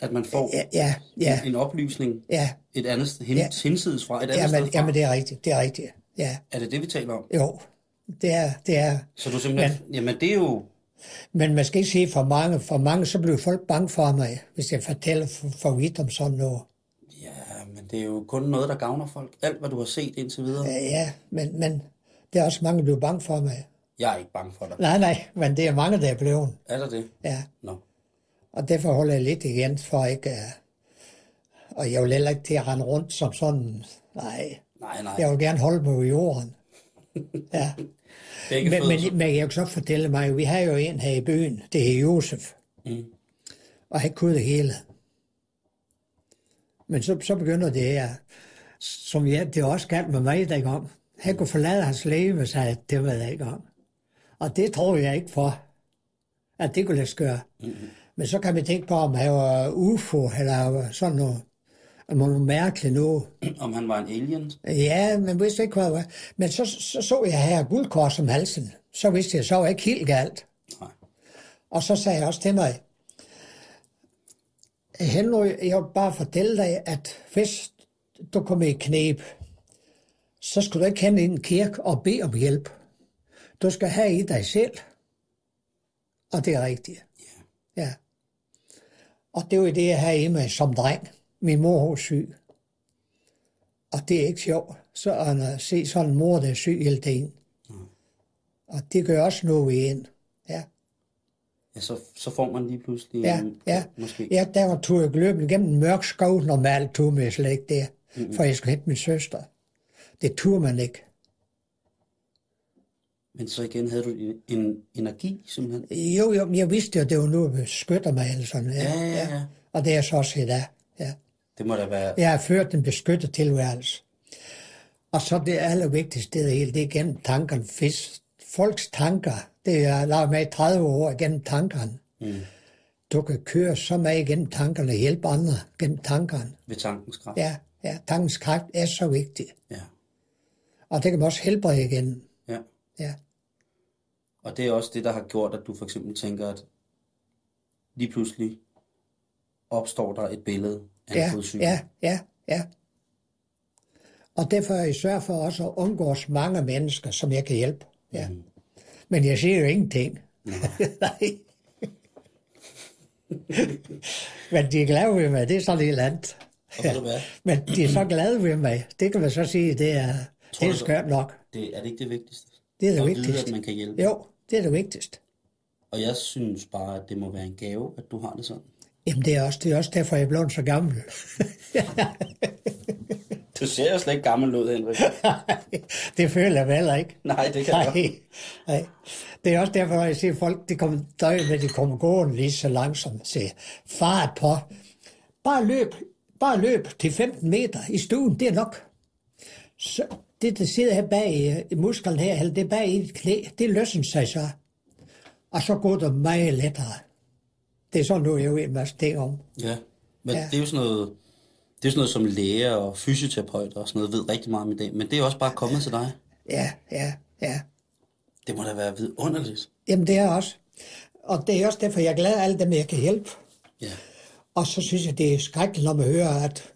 [SPEAKER 2] at man får
[SPEAKER 3] Ja, ja, ja,
[SPEAKER 2] en, en oplysning
[SPEAKER 3] ja.
[SPEAKER 2] et andet sted- hen,
[SPEAKER 3] Ja.
[SPEAKER 2] ja. hinsides fra, et andet
[SPEAKER 3] Jamen,
[SPEAKER 2] sted fra.
[SPEAKER 3] jamen, det er rigtigt, det er rigtigt. Ja,
[SPEAKER 2] Er det det, vi taler om?
[SPEAKER 3] jo, det er, det er.
[SPEAKER 2] Så du simpelthen, ja. jamen det er jo,
[SPEAKER 3] Men man skal ikke sige for mange, for mange, så bliver folk bange for mig, hvis jeg fortæller for, for vidt om sådan noget.
[SPEAKER 2] ja, men det er jo kun noget, der gavner folk. Alt, hvad du har set indtil videre.
[SPEAKER 3] Ja, Ja, men, men der er også mange, der bliver bange for mig.
[SPEAKER 2] Jeg er ikke bange for dig.
[SPEAKER 3] Nej, nej, men det er mange, der er blevet.
[SPEAKER 2] Er der det?
[SPEAKER 3] Ja,
[SPEAKER 2] Nå.
[SPEAKER 3] og derfor holder jeg lidt igen, for ikke... Uh, og jeg vil heller ikke til at rende rundt som sådan. Nej,
[SPEAKER 2] Nej, nej.
[SPEAKER 3] jeg vil gerne holde mig i jorden. Ja.
[SPEAKER 2] Det er ikke
[SPEAKER 3] Men,
[SPEAKER 2] men,
[SPEAKER 3] men, men jeg kan så fortælle mig, vi har jo en her i byen, det er Josef.
[SPEAKER 2] Mm.
[SPEAKER 3] Og han kunne det hele. Men så, så begynder det her, som jeg, det også galt med mig dengang. Han kunne forlade hans læge, hvis han, det var der ikke om. Og det tror jeg ikke for, at det kunne lade sig gøre. Mm-hmm. Men så kan vi tænke på, om han var UFO, eller sådan noget. Om noget mærkeligt noget.
[SPEAKER 2] Om han var en alien?
[SPEAKER 3] Ja, men vidste ikke, hvad det var. Men så så, så jeg her guldkors om halsen. Så vidste jeg, så var jeg ikke helt galt.
[SPEAKER 2] Nej.
[SPEAKER 3] Og så sagde jeg også til mig, Henry, jeg vil bare fortælle dig, at hvis du kommer i knæb, så skal du ikke hen i en kirke og bede om hjælp. Du skal have i dig selv. Og det er rigtigt. Ja. ja. Og det var det, jeg havde hjemme som dreng. Min mor var syg. Og det er ikke sjovt, så at se sådan en mor, der er syg hele dagen. Mm. Og det gør også noget ved en. Ja.
[SPEAKER 2] Ja, så, så får man lige pludselig
[SPEAKER 3] Ja,
[SPEAKER 2] en,
[SPEAKER 3] ja.
[SPEAKER 2] måske.
[SPEAKER 3] Ja, der var tog jeg løbende gennem en mørk skov, normalt tog man slet ikke der, mm-hmm. for jeg skulle hente min søster. Det turde man ikke.
[SPEAKER 2] Men så igen havde du en, en energi, simpelthen.
[SPEAKER 3] Jo, jo, men jeg vidste jo, at det var noget, der beskytter mig eller sådan. Ja,
[SPEAKER 2] Ja, ja, ja.
[SPEAKER 3] Og det er jeg så også i dag. Ja.
[SPEAKER 2] Det må da være...
[SPEAKER 3] Jeg har ført en beskyttet tilværelse. Og så det allervigtigste det hele, det er gennem tankerne. Hvis folks tanker, det er jeg lavet med i 30 år, gennem tankerne. Mm. Du kan køre så meget gennem tankerne og hjælpe andre gennem tankerne.
[SPEAKER 2] ved tankens kraft.
[SPEAKER 3] Ja, ja, tankens kraft er så vigtig.
[SPEAKER 2] ja.
[SPEAKER 3] Og det kan man også helbrede igen.
[SPEAKER 2] ja.
[SPEAKER 3] Ja,
[SPEAKER 2] Og det er også det, der har gjort, at du for eksempel tænker, at lige pludselig opstår der et billede af
[SPEAKER 3] ja,
[SPEAKER 2] en fodsyge.
[SPEAKER 3] ja, ja, ja. Og derfor er jeg sørger for også at undgås mange mennesker, som jeg kan hjælpe. Ja.
[SPEAKER 2] Mhm.
[SPEAKER 3] Mm. Men jeg siger jo ingenting. Nej. Men de er glade ved mig, det er så lidt andet.
[SPEAKER 2] Og ved du hvad?
[SPEAKER 3] Men de er så glade ved mig. Det kan man så sige, det er, det er
[SPEAKER 2] du-
[SPEAKER 3] skørt nok.
[SPEAKER 2] Det, er det ikke det vigtigste?
[SPEAKER 3] Det er det
[SPEAKER 2] at vide,
[SPEAKER 3] vigtigste.
[SPEAKER 2] at man kan hjælpe.
[SPEAKER 3] Jo, det er det vigtigste.
[SPEAKER 2] Og jeg synes bare, at det må være en gave, at du har det sådan.
[SPEAKER 3] Jamen, det er også, det er også derfor, jeg er blevet så gammel.
[SPEAKER 2] Du ser jo slet ikke gammel ud, Henrik.
[SPEAKER 3] det føler jeg mig heller ikke.
[SPEAKER 2] Nej, det kan jeg
[SPEAKER 3] Nej, nej. Det er også derfor, når jeg siger, at folk de kommer døje med, de kommer gående lige så langsomt. Så jeg, fart på. Bare løb, bare løb til 15 meter i stuen, det er nok. Så det, der sidder her bag i- i musklen her, eller det bag i et knæ, det løsner sig så. Og så går det meget lettere. Det er sådan noget, jeg ved en masse ting om.
[SPEAKER 2] Ja, men
[SPEAKER 3] Ja.
[SPEAKER 2] ja. det er jo sådan noget, det er sådan noget, som læger og fysioterapeuter og sådan noget ved rigtig meget om i dag. Men det er også bare kommet til dig.
[SPEAKER 3] Ja, ja, ja.
[SPEAKER 2] Det må da være vidunderligt.
[SPEAKER 3] Jamen, det er jeg også. Og det er også derfor, jeg er glad af alle dem, jeg kan hjælpe.
[SPEAKER 2] Ja,
[SPEAKER 3] Og så synes jeg, det er skrækkeligt, når man hører, at,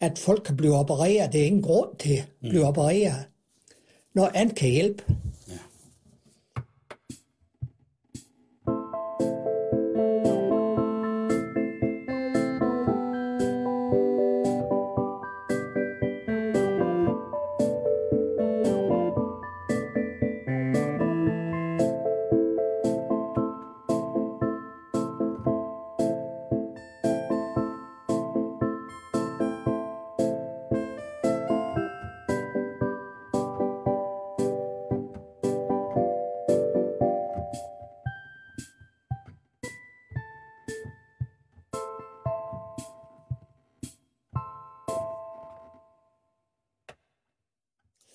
[SPEAKER 3] at folk kan blive opereret. Det er ingen grund til at blive mm. opereret. Når andet kan hjælpe.
[SPEAKER 2] ja.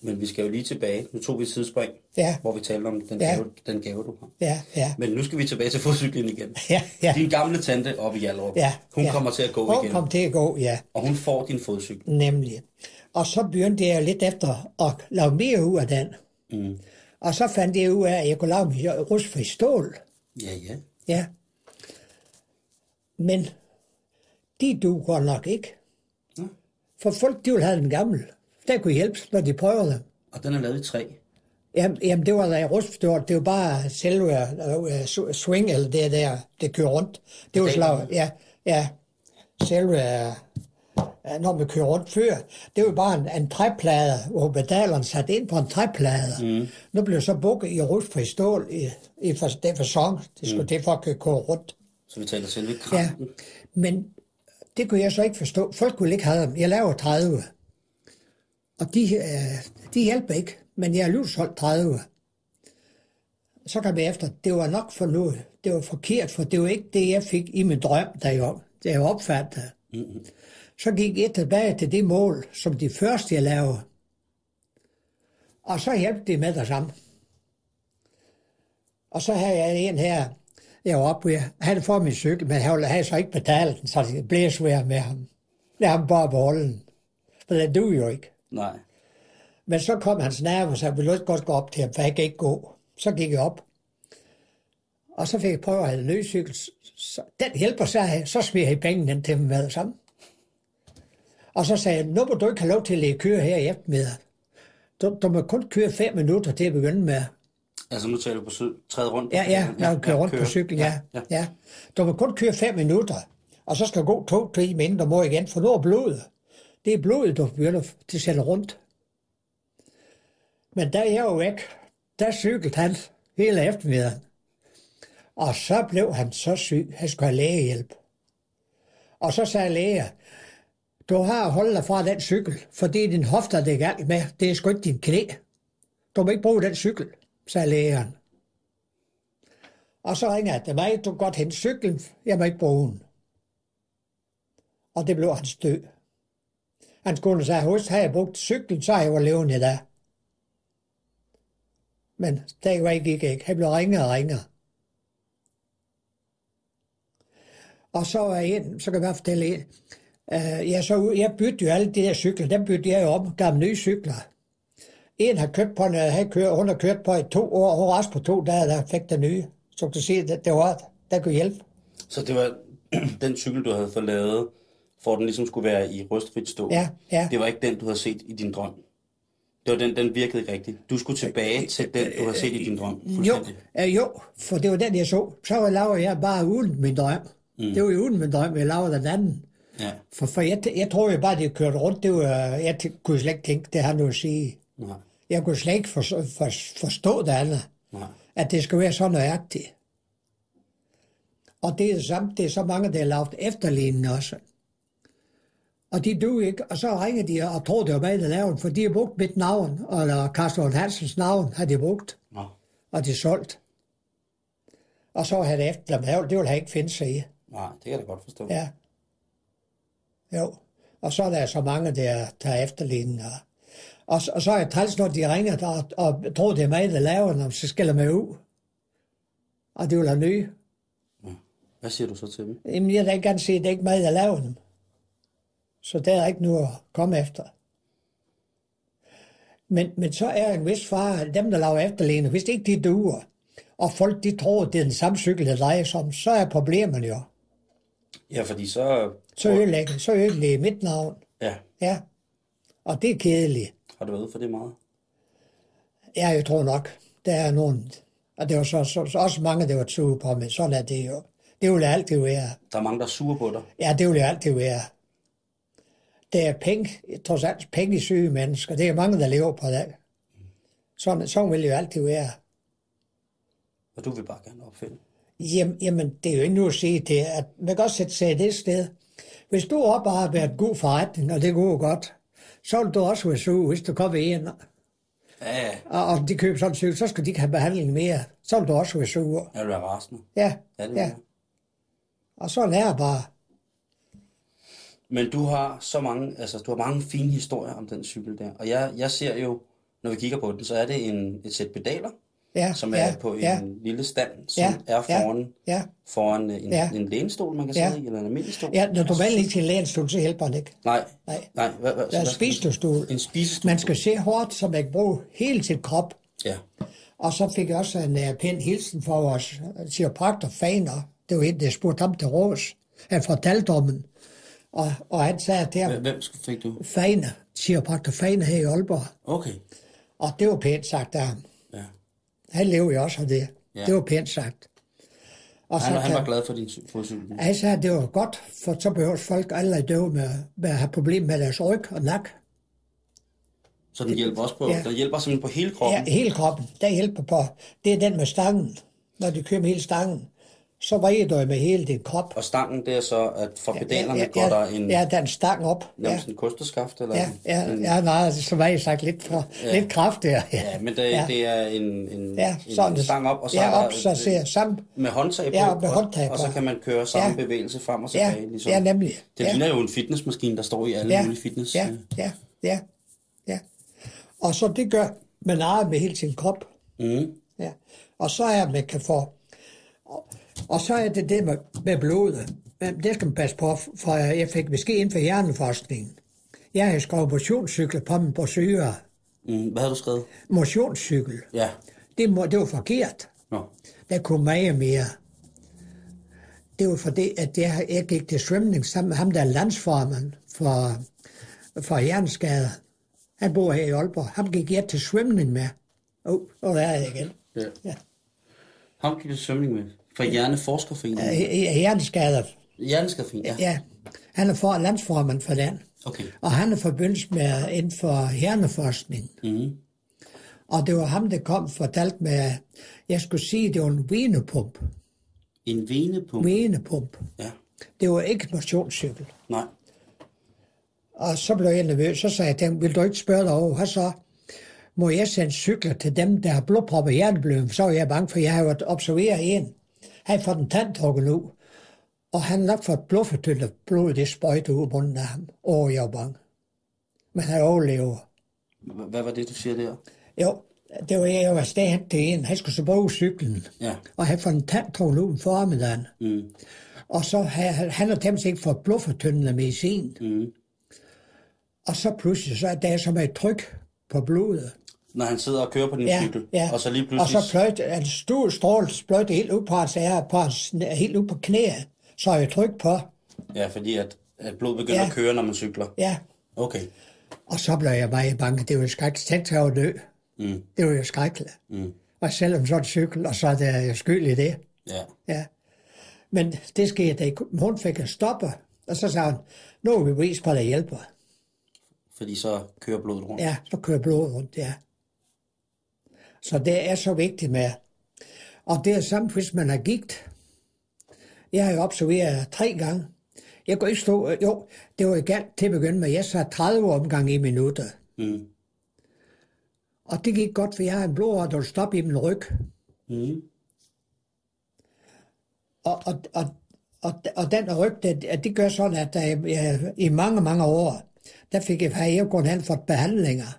[SPEAKER 2] Men vi skal jo lige tilbage. Nu tog vi et sidespring,
[SPEAKER 3] Ja.
[SPEAKER 2] hvor vi talte om den,
[SPEAKER 3] Ja.
[SPEAKER 2] ja. gave, den gave, du har.
[SPEAKER 3] Ja, ja.
[SPEAKER 2] Men nu skal vi tilbage til fodcyklen igen.
[SPEAKER 3] Ja, ja.
[SPEAKER 2] Din gamle tante oppe i Hjallerup,
[SPEAKER 3] ja
[SPEAKER 2] hun
[SPEAKER 3] ja.
[SPEAKER 2] kommer til at gå
[SPEAKER 3] hun
[SPEAKER 2] igen,
[SPEAKER 3] kom til at gå, ja.
[SPEAKER 2] og hun får din fodcykel.
[SPEAKER 3] Nemlig. Og så begyndte jeg lidt efter at lave mere ud af den.
[SPEAKER 2] Mm.
[SPEAKER 3] Og så fandt jeg ud af, at jeg kunne lave min rustfri stål.
[SPEAKER 2] Ja, ja.
[SPEAKER 3] Ja. Men de du godt nok ikke.
[SPEAKER 2] Nå.
[SPEAKER 3] For folk, de vil have den gamle. Der kunne hjælpe, når de prøver dem.
[SPEAKER 2] Og den er lavet i træ.
[SPEAKER 3] Jamen, jamen det var da rustforstået. Det var bare selve øh, su- swing, eller det der, det kører rundt. Det var slag, ja, ja. Selve, øh, øh, når man kører rundt før, det var bare en, en træplade, hvor pedalerne satte ind på en træplade. Mm. Nu blev så bukket i rustfri stål i, i for, den fasong, det skulle mm. det for at kunne køre rundt.
[SPEAKER 2] Så vi taler selve
[SPEAKER 3] Ja,
[SPEAKER 2] kranken.
[SPEAKER 3] men det kunne jeg så ikke forstå. Folk kunne ikke have dem. Jeg laver 30. Og de, øh, de hjælper ikke, men jeg har alligevel solgt 30. Så kom jeg efter, det var nok for nu. Det var forkert, for det var ikke det, jeg fik i min drøm, da jeg, da jeg opfattede. Mm-hmm. Så gik jeg tilbage til det mål, som de første, jeg lavede. Og så hjalp de med det samme. Og så havde jeg en her, jeg var oppe ved, han får min cykel, men han ville have så ikke betalt den, så det blev svært med ham. Lad ham bare beholde den. For det du jo ikke.
[SPEAKER 2] Nej.
[SPEAKER 3] Men så kom hans nerve, så jeg ville også godt gå op til ham, for jeg kan ikke gå. Så gik jeg op. Og så fik jeg prøvet at have løscykel. Så den hjælper, så, så smider jeg pengene den til dem med sammen. Og så sagde jeg, nu må du ikke have lov til at lægge køre her i eftermiddag. Du, du må kun køre fem minutter til at begynde med.
[SPEAKER 2] Altså nu taler du på cy- træde rundt? på
[SPEAKER 3] Ja, ja,
[SPEAKER 2] cyklen.
[SPEAKER 3] når du kører rundt på
[SPEAKER 2] køre.
[SPEAKER 3] cyklen, ja.
[SPEAKER 2] ja.
[SPEAKER 3] ja. ja. Du må kun køre fem minutter, og så skal du gå to timer, inden du må igen, for nu er blodet. Det er blodet, du begynder til selv rundt. Men der er jeg jo væk. Der cyklede han hele eftermiddagen. Og så blev han så syg, han skulle have lægehjælp. Og så sagde læger, du har holdt dig fra den cykel, for det er din hofter, det er i gang med. Det er sgu ikke din knæ. Du må ikke bruge den cykel, sagde lægeren. Og så ringer jeg til mig, du kan godt hente cyklen, jeg må ikke bruge den. Og det blev hans død. Hans kone sagde, husk, havde jeg brugt cyklen, så havde jeg været levende i dag. Men stadigvæk gik ikke. Han blev ringet og ringet. Og så er en, så kan jeg bare fortælle en, øh, jeg, så, ud- jeg byttede jo alle de der cykler, dem byttede jeg jo om, gav dem nye cykler. En har købt på en, øh, han kører, hun har kørt på i to år, og hun rest på to dage, der fik den nye. Så du kan se, det, det var, der kunne hjælpe.
[SPEAKER 2] Så det var den cykel, du havde fået lavet, for at den ligesom skulle være i rustfrit stå.
[SPEAKER 3] Ja, ja.
[SPEAKER 2] Det var ikke den, du havde set i din drøm. Det var den, den virkede ikke rigtigt. Du skulle tilbage til den, du har set i din drøm.
[SPEAKER 3] Jo,
[SPEAKER 2] fuldstændig.
[SPEAKER 3] øh, jo, for det var den, jeg så. Så var lavede jeg bare uden min drøm. Mm. Det var jo uden min drøm, jeg lavede den anden.
[SPEAKER 2] Ja.
[SPEAKER 3] For, for jeg, tæ- jeg tror jo bare, det kørte rundt. Det var, øh, jeg tæ- kunne slet ikke tænke, det har noget at sige.
[SPEAKER 2] Nej.
[SPEAKER 3] Jeg kunne slet ikke for, for, forstå det andet.
[SPEAKER 2] Nej.
[SPEAKER 3] at det skal være så nøjagtigt. Og det er det samme, det er så mange, der har lavet efterlignende også. Og de du ikke, og så ringer de og tror, det var mig, der lavede den, for de har brugt mit navn, og eller Carsten Lund Hansens navn har de brugt,
[SPEAKER 2] Nå.
[SPEAKER 3] og de er solgt. Og så har det efter dem, det vil han ikke finde sig i.
[SPEAKER 2] Nej, det kan jeg da godt forstå.
[SPEAKER 3] Ja. Jo. Og så er der så mange, der tager efterlignende. Og, så- og så er jeg træls, når de ringer der, og tror, det er mig, der laver den, og så skælder mig ud. Og det vil have nye.
[SPEAKER 2] Hvad siger du så til dem?
[SPEAKER 3] Jamen, jeg vil da ikke gerne se, at det er ikke mig, der laver dem. Så der er ikke noget at komme efter. Men, men så er en vis far, dem, der laver efterligner, hvis ikke de duer, og folk de tror, det er den samme cykel, der drejer sig om, så er problemerne jo.
[SPEAKER 2] Ja, fordi så...
[SPEAKER 3] Så ødelægger, så ødelægger mit navn.
[SPEAKER 2] Ja,
[SPEAKER 3] Ja, og det er kedeligt.
[SPEAKER 2] har du været ude for det meget?
[SPEAKER 3] Ja, jeg tror nok, der er nogen. Og det var så, så, så også mange, der var tuge på, men sådan er det jo. Det vil altid være.
[SPEAKER 2] Der er mange, der er sure på dig.
[SPEAKER 3] Ja, det vil altid være. Der er penge, trods alt penge i syge mennesker. Det er mange, der lever på det. Sådan, sådan vil det jo altid være.
[SPEAKER 2] Og du vil bare gerne opfinde.
[SPEAKER 3] Jamen, jamen, det er jo ikke nu at sige det, at man kan også sætte sig i det sted. Hvis du op og har været god forretning, og det går godt, så vil du også være suge, hvis du kommer ind
[SPEAKER 2] Ja, ja.
[SPEAKER 3] og, og de køber sådan en cykel, så skal de ikke have behandling mere. Så vil du også være sur.
[SPEAKER 2] Jeg vil være rasende.
[SPEAKER 3] Ja,
[SPEAKER 2] Ja, det vil
[SPEAKER 3] ja.
[SPEAKER 2] jeg.
[SPEAKER 3] Og så lærer bare.
[SPEAKER 2] Men du har så mange, altså du har mange fine historier om den cykel der. Og jeg, jeg ser jo, når vi kigger på den, så er det en, et sæt pedaler,
[SPEAKER 3] Ja,
[SPEAKER 2] som
[SPEAKER 3] ja,
[SPEAKER 2] er på en
[SPEAKER 3] ja,
[SPEAKER 2] lille stand, som
[SPEAKER 3] ja,
[SPEAKER 2] er foran,
[SPEAKER 3] Ja,
[SPEAKER 2] foran øh, en,
[SPEAKER 3] Ja.
[SPEAKER 2] en lænestol, man kan
[SPEAKER 3] Ja.
[SPEAKER 2] sidde i, eller en almindelig stol.
[SPEAKER 3] ja. ja når du vælger ikke til lænestol, så hjælper den ikke.
[SPEAKER 2] Nej, nej,
[SPEAKER 3] Nej.
[SPEAKER 2] nej. Hvad, hvad, så
[SPEAKER 3] Der er
[SPEAKER 2] hvad-
[SPEAKER 3] spisestol.
[SPEAKER 2] En spisestol.
[SPEAKER 3] Man skal se hårdt, så man kan bruge hele sin krop.
[SPEAKER 2] Ja,
[SPEAKER 3] Og så fik jeg også en uh, pæn hilsen fra vores kiropraktor Faner. Det var en, der spurgte ham til rås. Han fortalte om den. Og, og han sagde til ham,
[SPEAKER 2] hvem skulle- fik du?
[SPEAKER 3] Faner, kiropraktor Faner her i Aalborg.
[SPEAKER 2] Okay,
[SPEAKER 3] Og det var pænt sagt af ham.
[SPEAKER 2] ja.
[SPEAKER 3] Han lever jo også af det.
[SPEAKER 2] Ja.
[SPEAKER 3] Ja. Det var pænt sagt. Og
[SPEAKER 2] Han, han
[SPEAKER 3] kan-
[SPEAKER 2] var glad for din cy- fodcykel.
[SPEAKER 3] han sagde, at det var godt, for så behøver folk aldrig døve med, med at have problemer med deres ryg og nak.
[SPEAKER 2] Så den hjælper også på,
[SPEAKER 3] Ja.
[SPEAKER 2] den hjælper simpelthen på hele
[SPEAKER 3] Ja,
[SPEAKER 2] kroppen.
[SPEAKER 3] hele kroppen, der hjælper på. Det er den med stangen. Når de kører med hele stangen, så vrider du jo med hele din krop.
[SPEAKER 2] Og stangen, det er så, at for pedalerne
[SPEAKER 3] ja,
[SPEAKER 2] går der en,
[SPEAKER 3] ja, der er en stang op. Ja,
[SPEAKER 2] nærmest en kosteskaft, eller
[SPEAKER 3] ja,
[SPEAKER 2] en-
[SPEAKER 3] ja,
[SPEAKER 2] en-
[SPEAKER 3] ja, nej, så var jeg sagt lidt, for, ja. lidt kraftigere.
[SPEAKER 2] Ja, men det, ja. det er en, en,
[SPEAKER 3] ja,
[SPEAKER 2] en stang op, og så
[SPEAKER 3] ja,
[SPEAKER 2] er der
[SPEAKER 3] op, så ser jeg sammen.
[SPEAKER 2] med håndtag på,
[SPEAKER 3] Ja, med håndtag
[SPEAKER 2] og, og
[SPEAKER 3] på.
[SPEAKER 2] så kan man køre samme
[SPEAKER 3] Ja.
[SPEAKER 2] bevægelse frem og
[SPEAKER 3] Ja,
[SPEAKER 2] tilbage. ligesom.
[SPEAKER 3] ja, nemlig.
[SPEAKER 2] Det
[SPEAKER 3] ja.
[SPEAKER 2] ligner jo en fitnessmaskine, der står i alle
[SPEAKER 3] ja,
[SPEAKER 2] mulige fitness.
[SPEAKER 3] Ja, ja, ja, ja. Og så det gør man ejer med hele sin krop.
[SPEAKER 2] Mm.
[SPEAKER 3] Ja. Og så er man kan få... Og, og så er det det med, med blodet. Men det skal man passe på, for jeg fik måske inden for hjerneforskningen. Jeg har skrevet motionscykler på min brochure.
[SPEAKER 2] Mm. Hvad har du skrevet?
[SPEAKER 3] Motionscykel.
[SPEAKER 2] Ja,
[SPEAKER 3] Det, må, det var forkert.
[SPEAKER 2] Nå.
[SPEAKER 3] Der kunne meget mere. Det var fordi, at jeg, jeg gik til svømning sammen med ham, der er landsformand for, for jernskader. Han bor her i Aalborg. Ham gik jeg til svømning med. Åh, oh, oh, der er jeg igen.
[SPEAKER 2] Ja.
[SPEAKER 3] Ja.
[SPEAKER 2] Ham gik du svømning med. Fra Hjerneforskerforeningen.
[SPEAKER 3] Øh, øh, Hjerneskader.
[SPEAKER 2] Hjerneskaderforeningen, ja.
[SPEAKER 3] Ja, han er for, landsformand for den.
[SPEAKER 2] Okay.
[SPEAKER 3] Og han er forbindt med inden for hjerneforskning.
[SPEAKER 2] Mhm.
[SPEAKER 3] Og det var ham, der kom og fortalte mig, at jeg skulle sige, at det var en venepump.
[SPEAKER 2] En venepumpe.
[SPEAKER 3] Venepump.
[SPEAKER 2] Ja.
[SPEAKER 3] Det var ikke motionscykel.
[SPEAKER 2] Nej.
[SPEAKER 3] Og så blev jeg nervøs, så sagde jeg til ham, vil du ikke spørge dig over, hvad så? Må jeg sende cykler til dem, der har blodprop og hjerneblødning? Så var jeg bange, for jeg har jo observeret en. Han får den tandtrukken ud, og han har nok fået bluffet til, at blodet det sprøjte ud af munden af ham. Åh, jeg var bange. Men han overlever.
[SPEAKER 2] H- Hvad var det, du siger der?
[SPEAKER 3] Jo, det var jeg, var stadig hen til en. Han skulle så bruge cyklen.
[SPEAKER 2] Ja.
[SPEAKER 3] Og han får en tandtrukken ud om formiddagen.
[SPEAKER 2] Mm.
[SPEAKER 3] Og så havde han, han havde temmelig ikke fået blodfortyndende medicin.
[SPEAKER 2] Mm.
[SPEAKER 3] Og så pludselig, så er der som et tryk på blodet.
[SPEAKER 2] Når han sidder og kører på din cykel, og så lige pludselig...
[SPEAKER 3] Og så pløjt, en stor stråle spløjte helt ud på hans ære, på hans, helt ud på knæet. Så jeg tryk på,
[SPEAKER 2] Ja, fordi at, at blod begynder
[SPEAKER 3] Ja.
[SPEAKER 2] at køre, når man cykler.
[SPEAKER 3] ja.
[SPEAKER 2] Okay.
[SPEAKER 3] Og så blev jeg meget bange. Det var jo skrækkeligt. Tænk sig at dø.
[SPEAKER 2] Mm.
[SPEAKER 3] Det var jo skrækkeligt.
[SPEAKER 2] Mm.
[SPEAKER 3] Og selvom så er det cykel, og så er det jo skyld i det.
[SPEAKER 2] Ja.
[SPEAKER 3] Ja. Men det skete da ikke. Hun fik en stopper, og så sagde hun, nu er vi bevis på, at det hjælper.
[SPEAKER 2] Fordi så kører blodet rundt.
[SPEAKER 3] Ja, så kører blodet rundt, ja. Så det er så vigtigt med. Og det er samt, hvis man har gigt. Jeg har jo observeret tre gange. Jeg kunne ikke stå, øh, jo, det var jo galt til at begynde med. Jeg sagde 30 omgang i minuttet.
[SPEAKER 2] Mm.
[SPEAKER 3] Og det gik godt, for jeg har en blodår, der stop i min ryg.
[SPEAKER 2] Mm.
[SPEAKER 3] Og, og, og, og, og den ryg, det, det gør sådan, at jeg, jeg, i mange, mange år, der fik jeg, havde jeg kun hen for behandlinger.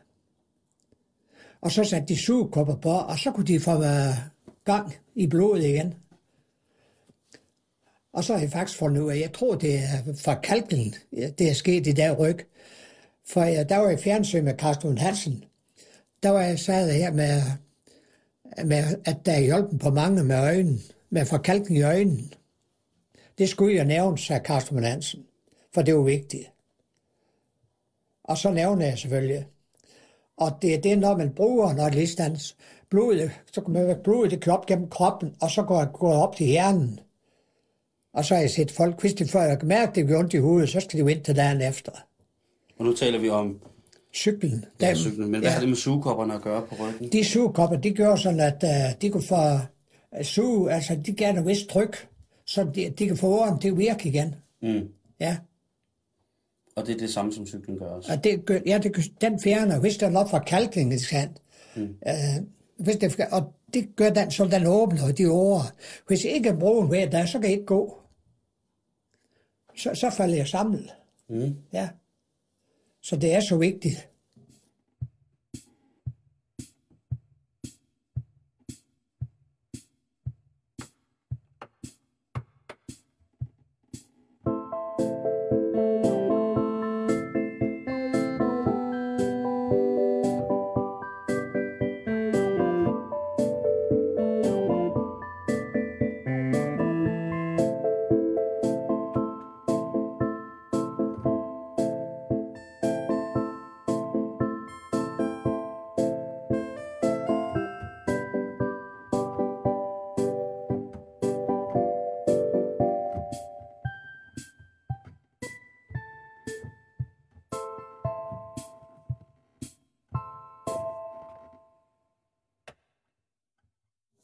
[SPEAKER 3] Og så satte de sugekopper på, og så kunne de få øh, gang i blodet igen. Og så har jeg faktisk fundet ud af, jeg tror, det er fra kalken, ja, det er sket i der ryg. For jeg, der var jeg i fjernsyn med Carsten Hansen. Der var jeg sad her med, med at der er hjulpet på mange med øjnene, med forkalken i øjnene. Det skulle jeg nævne, sagde Carsten Hansen, for det var vigtigt. Og så nævner jeg selvfølgelig. Og det, er det er noget, man bruger, når det er blodet, så kan man være blodet, det kører op gennem kroppen, og så går går op til hjernen. Og så har jeg set folk, hvis de får mærke, det gør ondt i hovedet, så skal de jo ind til dagen efter.
[SPEAKER 2] Og nu taler vi om
[SPEAKER 3] Cyklen.
[SPEAKER 2] ja,
[SPEAKER 3] den-
[SPEAKER 2] cyklen, men hvad har det med sugekopperne at gøre på ryggen?
[SPEAKER 3] de sugekopper, de gjorde sådan, at uh, de kunne få uh, suge, altså de gav noget vist tryk, så de, de kan få åren til at virke igen.
[SPEAKER 2] Mm.
[SPEAKER 3] Ja,
[SPEAKER 2] Og det er det samme, som cyklen gør også.
[SPEAKER 3] og det, gør- ja, det, gør- den fjerner, hvis der er noget fra kalkning, ikke sandt? Mm. Uh, hvis det, og det gør den, så den åbner de årer. Hvis jeg ikke bruger den hver dag, så kan jeg ikke gå. Så, så falder jeg sammen.
[SPEAKER 2] Mm.
[SPEAKER 3] Ja. Så det er så vigtigt.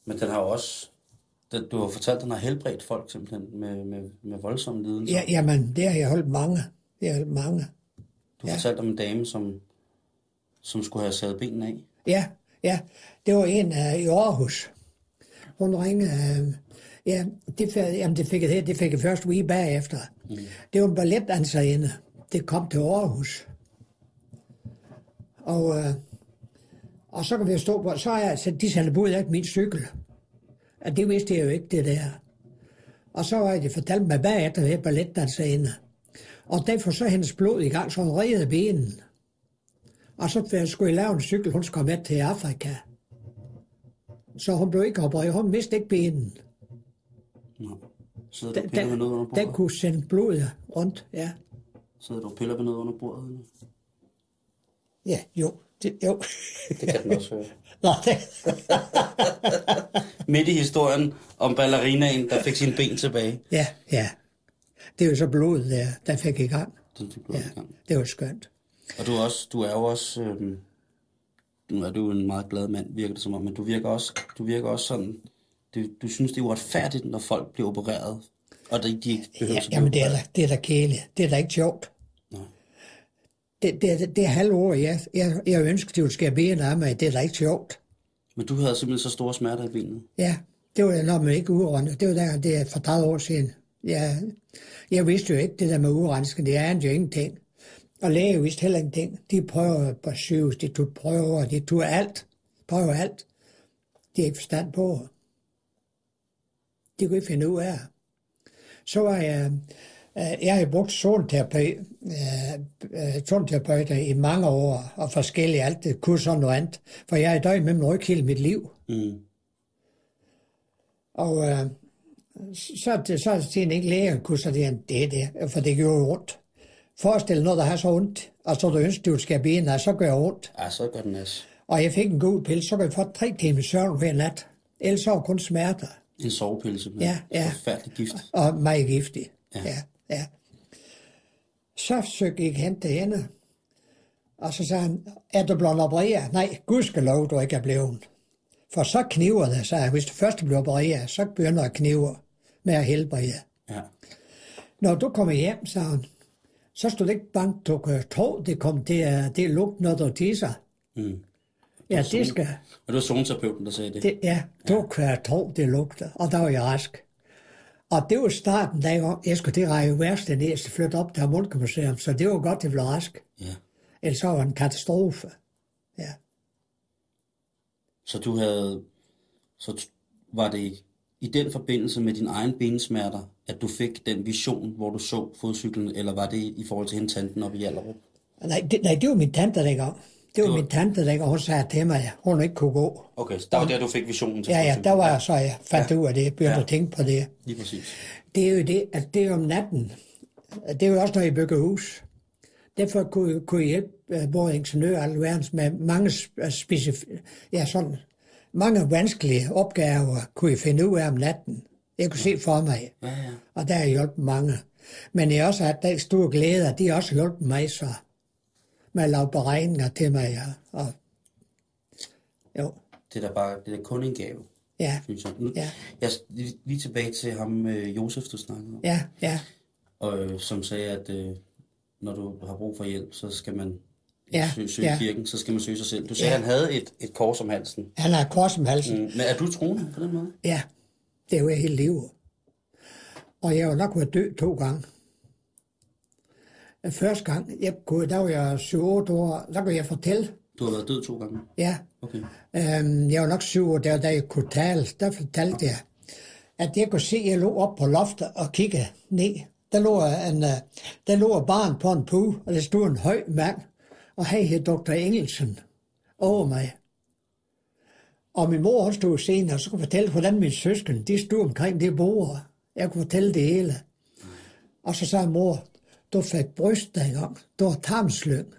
[SPEAKER 2] Men den har jo også... Den, du har fortalt, den har helbredt folk simpelthen med, med, med voldsomme lidelser.
[SPEAKER 3] Ja, jamen, det har jeg holdt mange. Det har jeg holdt mange.
[SPEAKER 2] Du fortalte om en dame, som, som skulle have savet benene af.
[SPEAKER 3] Ja, ja. Det var en uh, i Aarhus. Hun ringede. Uh, ja, det, fik- jamen, det fik jeg, det fik jeg først uge bagefter. Mm. Det var en balletansagende. Det kom til Aarhus. Og, uh, og så kan vi jo stå på, så er jeg, så de sendte bud af min cykel. Og det vidste jeg jo ikke, det der. Og så var jeg, de fortalte mig bagefter, det balletdansagende. Og derfor så er hendes blod i gang, så hun redede benen. Og så skulle jeg lave en cykel, hun skulle med til Afrika. så hun blev ikke opereret. Hun mistede ikke benen.
[SPEAKER 2] Nå. Sidder du
[SPEAKER 3] Den,
[SPEAKER 2] og piller ved noget under
[SPEAKER 3] den, den
[SPEAKER 2] bordet?
[SPEAKER 3] kunne sende blodet rundt, ja.
[SPEAKER 2] Sidder du og piller ved noget under bordet? eller?
[SPEAKER 3] Ja, jo. Det, jo.
[SPEAKER 2] Det kan den også høre.
[SPEAKER 3] Nå, det,
[SPEAKER 2] Midt i historien om ballerinaen, der fik sine ben tilbage.
[SPEAKER 3] ja, ja. Det er jo så blodet, der, der fik i gang.
[SPEAKER 2] Den fik blod i gang.
[SPEAKER 3] Det var skønt.
[SPEAKER 2] Og du er, også, du er jo også, øhm, nu er du jo en meget glad mand, virker det som om, men du virker også, du virker også sådan, du, du synes, det er uretfærdigt, når folk bliver opereret, og de, de ikke behøver
[SPEAKER 3] Ja,
[SPEAKER 2] at blive
[SPEAKER 3] jamen, det er,
[SPEAKER 2] opereret.
[SPEAKER 3] da, det er da kedeligt. Det er da ikke sjovt.
[SPEAKER 2] Nej.
[SPEAKER 3] Det, det, er- det er halve år, jeg, jeg, jeg ønsker, at du skal bede af mig. Det er da ikke sjovt.
[SPEAKER 2] Men du havde simpelthen så store smerter i benet.
[SPEAKER 3] Ja, det var når man ikke udrendte. Det var der, det er for 30 år siden. Jeg, jeg vidste jo ikke det der med udrenskning. Det er jo ingenting. Og læger vidste heller ingenting. De prøver på sygehus, de tog prøver, de tog alt. Prøver alt. De har ikke forstand på. det. De kunne ikke finde ud af. det. Så var jeg... øh, Jeg har jo brugt zoneterapi, øh, øh, zoneterapeuter i mange år, og forskellige alt det, kurser og noget andet. For jeg er i døgn med min ryg hele mit liv.
[SPEAKER 2] Mm.
[SPEAKER 3] Og øh, så, så, så siger han ikke lægen, kunne så det, det er det, for det gjorde jo ondt. Forestil dig noget, der har så ondt, og så du ønsker, du skal bene, og så gør det ondt.
[SPEAKER 2] Ja, så gør den altså.
[SPEAKER 3] Og jeg fik en god pille, så kan jeg få tre timer søvn hver nat. Ellers så var det kun smerter,
[SPEAKER 2] En sovepille simpelthen.
[SPEAKER 3] Ja, ja.
[SPEAKER 2] Forfærdelig gift.
[SPEAKER 3] og meget giftig.
[SPEAKER 2] Ja.
[SPEAKER 3] Ja. ja, ja. Så søgte jeg hen til hende, og så sagde han, er du blevet opereret? Nej, gudskelov, du ikke er blevet. For så kniver det, sagde jeg. Hvis du først bliver opereret, så begynder at knive med at helbrede.
[SPEAKER 2] Ja.
[SPEAKER 3] Når du kommer hjem, sagde hun, så stod det ikke bank, du kan tro, det kom til at det lugt, når du tisser.
[SPEAKER 2] Mm.
[SPEAKER 3] Ja, det skal,
[SPEAKER 2] Og det var zoneterapeuten, der sagde det.
[SPEAKER 3] det, ja, du kan tro, det lugter. Og der var jeg rask. Og det var starten, da jeg, jeg skulle til Række Værste ned, så flytte op til Hamulke Museum, så det var godt, det blev rask.
[SPEAKER 2] Ja.
[SPEAKER 3] Ellers så var det en katastrofe. Ja.
[SPEAKER 2] Så du havde, så t- var det i den forbindelse med dine egne bensmerter, at du fik den vision, hvor du så fodcyklen, eller var det i forhold til hende tanten op i Hjallerup?
[SPEAKER 3] Nej, det, nej, det var min tante, der gang. Det var
[SPEAKER 2] var-
[SPEAKER 3] min tante, der hun sagde til mig, at hun ikke kunne gå.
[SPEAKER 2] Okay, så der var der, du fik visionen til
[SPEAKER 3] Ja, ja,
[SPEAKER 2] fodcyklen.
[SPEAKER 3] der var jeg så, jeg fandt ud af det, begyndte
[SPEAKER 2] Ja.
[SPEAKER 3] at tænke på det.
[SPEAKER 2] Lige præcis.
[SPEAKER 3] Det er jo det, at det er om natten. Det er jo også, når I bygger hus. Derfor kunne, kunne I hjælpe øh, både ingeniører og alverdens med mange øh, specif ja, sådan, mange vanskelige opgaver, kunne I finde ud af om natten. Jeg kunne se for mig,
[SPEAKER 2] Ja, ja.
[SPEAKER 3] og der har jeg hjulpet mange. Men jeg har også haft den store glæde, at de har også hjulpet mig så med at lave beregninger til mig. Og, og, jo,
[SPEAKER 2] Det er da bare, det er da kun en gave,
[SPEAKER 3] ja,
[SPEAKER 2] synes jeg. Nu,
[SPEAKER 3] Ja.
[SPEAKER 2] jeg lige, lige tilbage til ham, øh, Josef, du snakkede om,
[SPEAKER 3] ja, ja,
[SPEAKER 2] og, øh, som sagde, at øh, når du har brug for hjælp, så skal man
[SPEAKER 3] ja.
[SPEAKER 2] søge, søge
[SPEAKER 3] ja.
[SPEAKER 2] kirken, så skal man søge sig selv. Du sagde, at han havde et, et kors om halsen.
[SPEAKER 3] Han har et kors om halsen.
[SPEAKER 2] Mm. Men er du troende på den måde?
[SPEAKER 3] Ja, det var jeg hele livet. Og jeg har jo nok været død to gange. Første gang, jeg kunne, der var jeg 7-8 år, der kunne jeg fortælle.
[SPEAKER 2] Du har været død to gange.
[SPEAKER 3] Ja,
[SPEAKER 2] Okay.
[SPEAKER 3] øhm, jeg var nok 7 år, der, da jeg kunne tale, der fortalte jeg, at jeg kunne se, at jeg lå op på loftet og kiggede ned. Der lå en, øh, der lå et barn på en pude, og der stod en høj mand, og han hed Dr. Engelsen over mig. Og min mor, hun stod senere, og så kunne fortælle, hvordan mine søskende, de stod omkring det bord. Jeg kunne fortælle det hele. Og så sagde mor, du fik bryst dengang, du har tarmslyng.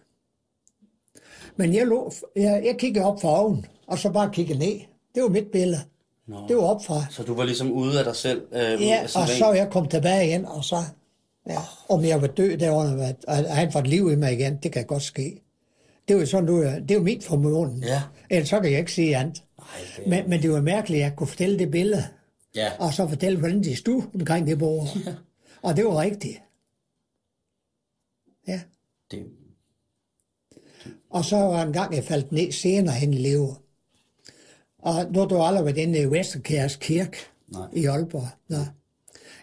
[SPEAKER 3] Men jeg, lå, jeg, jeg kiggede op for oven, og så bare kiggede ned. Det var mit billede.
[SPEAKER 2] Nå.
[SPEAKER 3] Det var op fra.
[SPEAKER 2] Så du var ligesom ude af dig selv? Øh,
[SPEAKER 3] Ja,
[SPEAKER 2] altså,
[SPEAKER 3] og så er jeg kom tilbage igen, og så... Ja, om jeg var død derunder, og at han får et liv i mig igen, det kan godt ske. Det er jo sådan, nu, det er jo min formål.
[SPEAKER 2] Ja.
[SPEAKER 3] Ellers så kan jeg ikke sige andet.
[SPEAKER 2] Nej, det...
[SPEAKER 3] Men, men det var mærkeligt, at jeg kunne fortælle det billede,
[SPEAKER 2] Ja,
[SPEAKER 3] og så fortælle, hvordan de stod omkring det bord. Ja. Og det var rigtigt. Ja.
[SPEAKER 2] det...
[SPEAKER 3] Og så var en gang, jeg faldt ned senere hen i livet. Og nu har du aldrig været inde i Vesterkærs Kirke
[SPEAKER 2] Nej.
[SPEAKER 3] i Aalborg. Nå.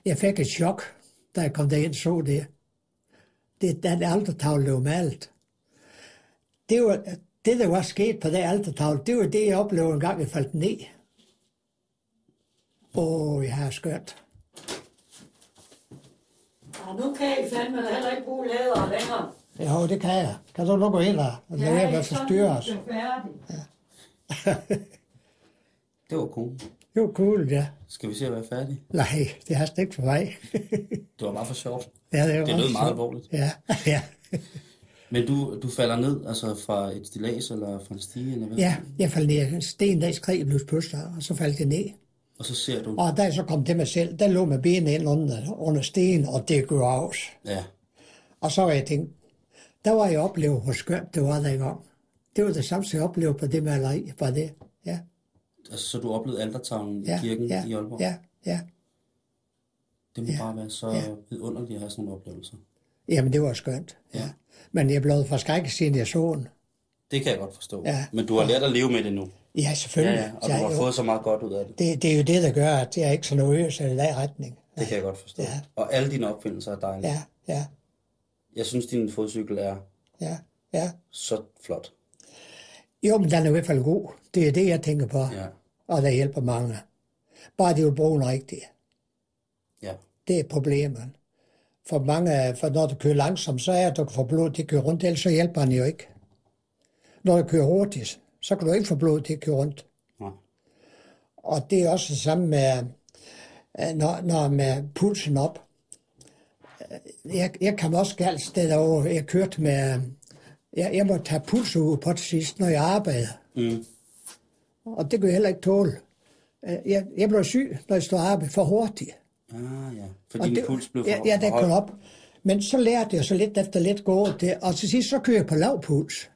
[SPEAKER 3] Jeg fik et chok, da jeg kom derind og så det. Det er den altertavle, der var malet. Det, var, det, der var sket på den altertavle, det var det, jeg oplevede en gang, jeg faldt ned. Åh, jeg har skørt.
[SPEAKER 4] Og nu kan I fandme heller ikke bruge læder længere.
[SPEAKER 3] Jo, det kan jeg. Kan du nu gå ind og lade være med at forstyrre os?
[SPEAKER 4] Ja, I er sådan set færdig.
[SPEAKER 2] Det var cool.
[SPEAKER 3] Det var cool, ja.
[SPEAKER 2] Skal vi se at være færdige?
[SPEAKER 3] Nej, det har slet ikke for mig.
[SPEAKER 2] Det var bare for sjovt.
[SPEAKER 3] ja, det, var
[SPEAKER 2] Det lød
[SPEAKER 3] meget
[SPEAKER 2] meget
[SPEAKER 3] sjovt.
[SPEAKER 2] alvorligt.
[SPEAKER 3] Ja, ja.
[SPEAKER 2] Men du, du falder ned altså fra et stilas eller fra en stige eller hvad?
[SPEAKER 3] ja, jeg faldt ned. Sten, der skred plus pludselig, og så faldt det ned.
[SPEAKER 2] Og så ser du,
[SPEAKER 3] Og da jeg så kom til mig selv, der lå med benene ind under, under sten, og det gjorde af.
[SPEAKER 2] ja,
[SPEAKER 3] Og så var jeg tænkt, der var jeg oplevet, hvor skønt det var dengang. Det var det samme, som jeg oplevede på det maleri, var det. Ja,
[SPEAKER 2] altså så du oplevede altertavlen
[SPEAKER 3] ja,
[SPEAKER 2] i kirken
[SPEAKER 3] ja,
[SPEAKER 2] i Aalborg?
[SPEAKER 3] ja, ja.
[SPEAKER 2] Det må bare være så ja. vidunderligt at have sådan nogle oplevelser.
[SPEAKER 3] Jamen, det var skønt. Ja. Men jeg blev forskrækket, siden jeg så den.
[SPEAKER 2] Det kan jeg godt forstå.
[SPEAKER 3] Ja.
[SPEAKER 2] Men du har lært at leve med det nu.
[SPEAKER 3] Ja,
[SPEAKER 2] Ja,
[SPEAKER 3] selvfølgelig.
[SPEAKER 2] ja, og du har
[SPEAKER 3] jo,
[SPEAKER 2] fået så meget godt ud af det.
[SPEAKER 3] det, det, er jo det, der gør, at jeg er ikke så nervøs eller lag retning.
[SPEAKER 2] Det kan jeg godt forstå.
[SPEAKER 3] Ja.
[SPEAKER 2] Og alle dine opfindelser er dejlige.
[SPEAKER 3] Ja, ja,
[SPEAKER 2] Jeg synes, din fodcykel er
[SPEAKER 3] ja, ja.
[SPEAKER 2] så flot.
[SPEAKER 3] Jo, men den er i hvert fald god. Det er det, jeg tænker på.
[SPEAKER 2] Ja.
[SPEAKER 3] Og der hjælper mange. Bare de vil bruge den rigtigt.
[SPEAKER 2] Ja.
[SPEAKER 3] Det er problemet. For mange, for når du kører langsomt, så er det, du kan få blod til at køre rundt, ellers så hjælper han jo ikke. Når du kører hurtigt, så kan du ikke få blod til at køre rundt.
[SPEAKER 2] Nej.
[SPEAKER 3] Og det er også det samme med, øh, når, når med pulsen op. Øh, Jeg, jeg kom også galt steder over. Jeg kørte med... øh, Jeg, jeg måtte tage puls ud på det sidste, når jeg arbejdede.
[SPEAKER 2] Mm.
[SPEAKER 3] Og det kunne jeg heller ikke tåle. Øh, Jeg, jeg blev syg, når jeg stod og arbejdede for hurtigt.
[SPEAKER 2] Ah, ja.
[SPEAKER 3] Og
[SPEAKER 2] Fordi din puls blev for,
[SPEAKER 3] ja, ja,
[SPEAKER 2] for
[SPEAKER 3] den
[SPEAKER 2] høj.
[SPEAKER 3] kom op. Men så lærte jeg så lidt efter lidt gå det, og til sidst så kører jeg på lav puls.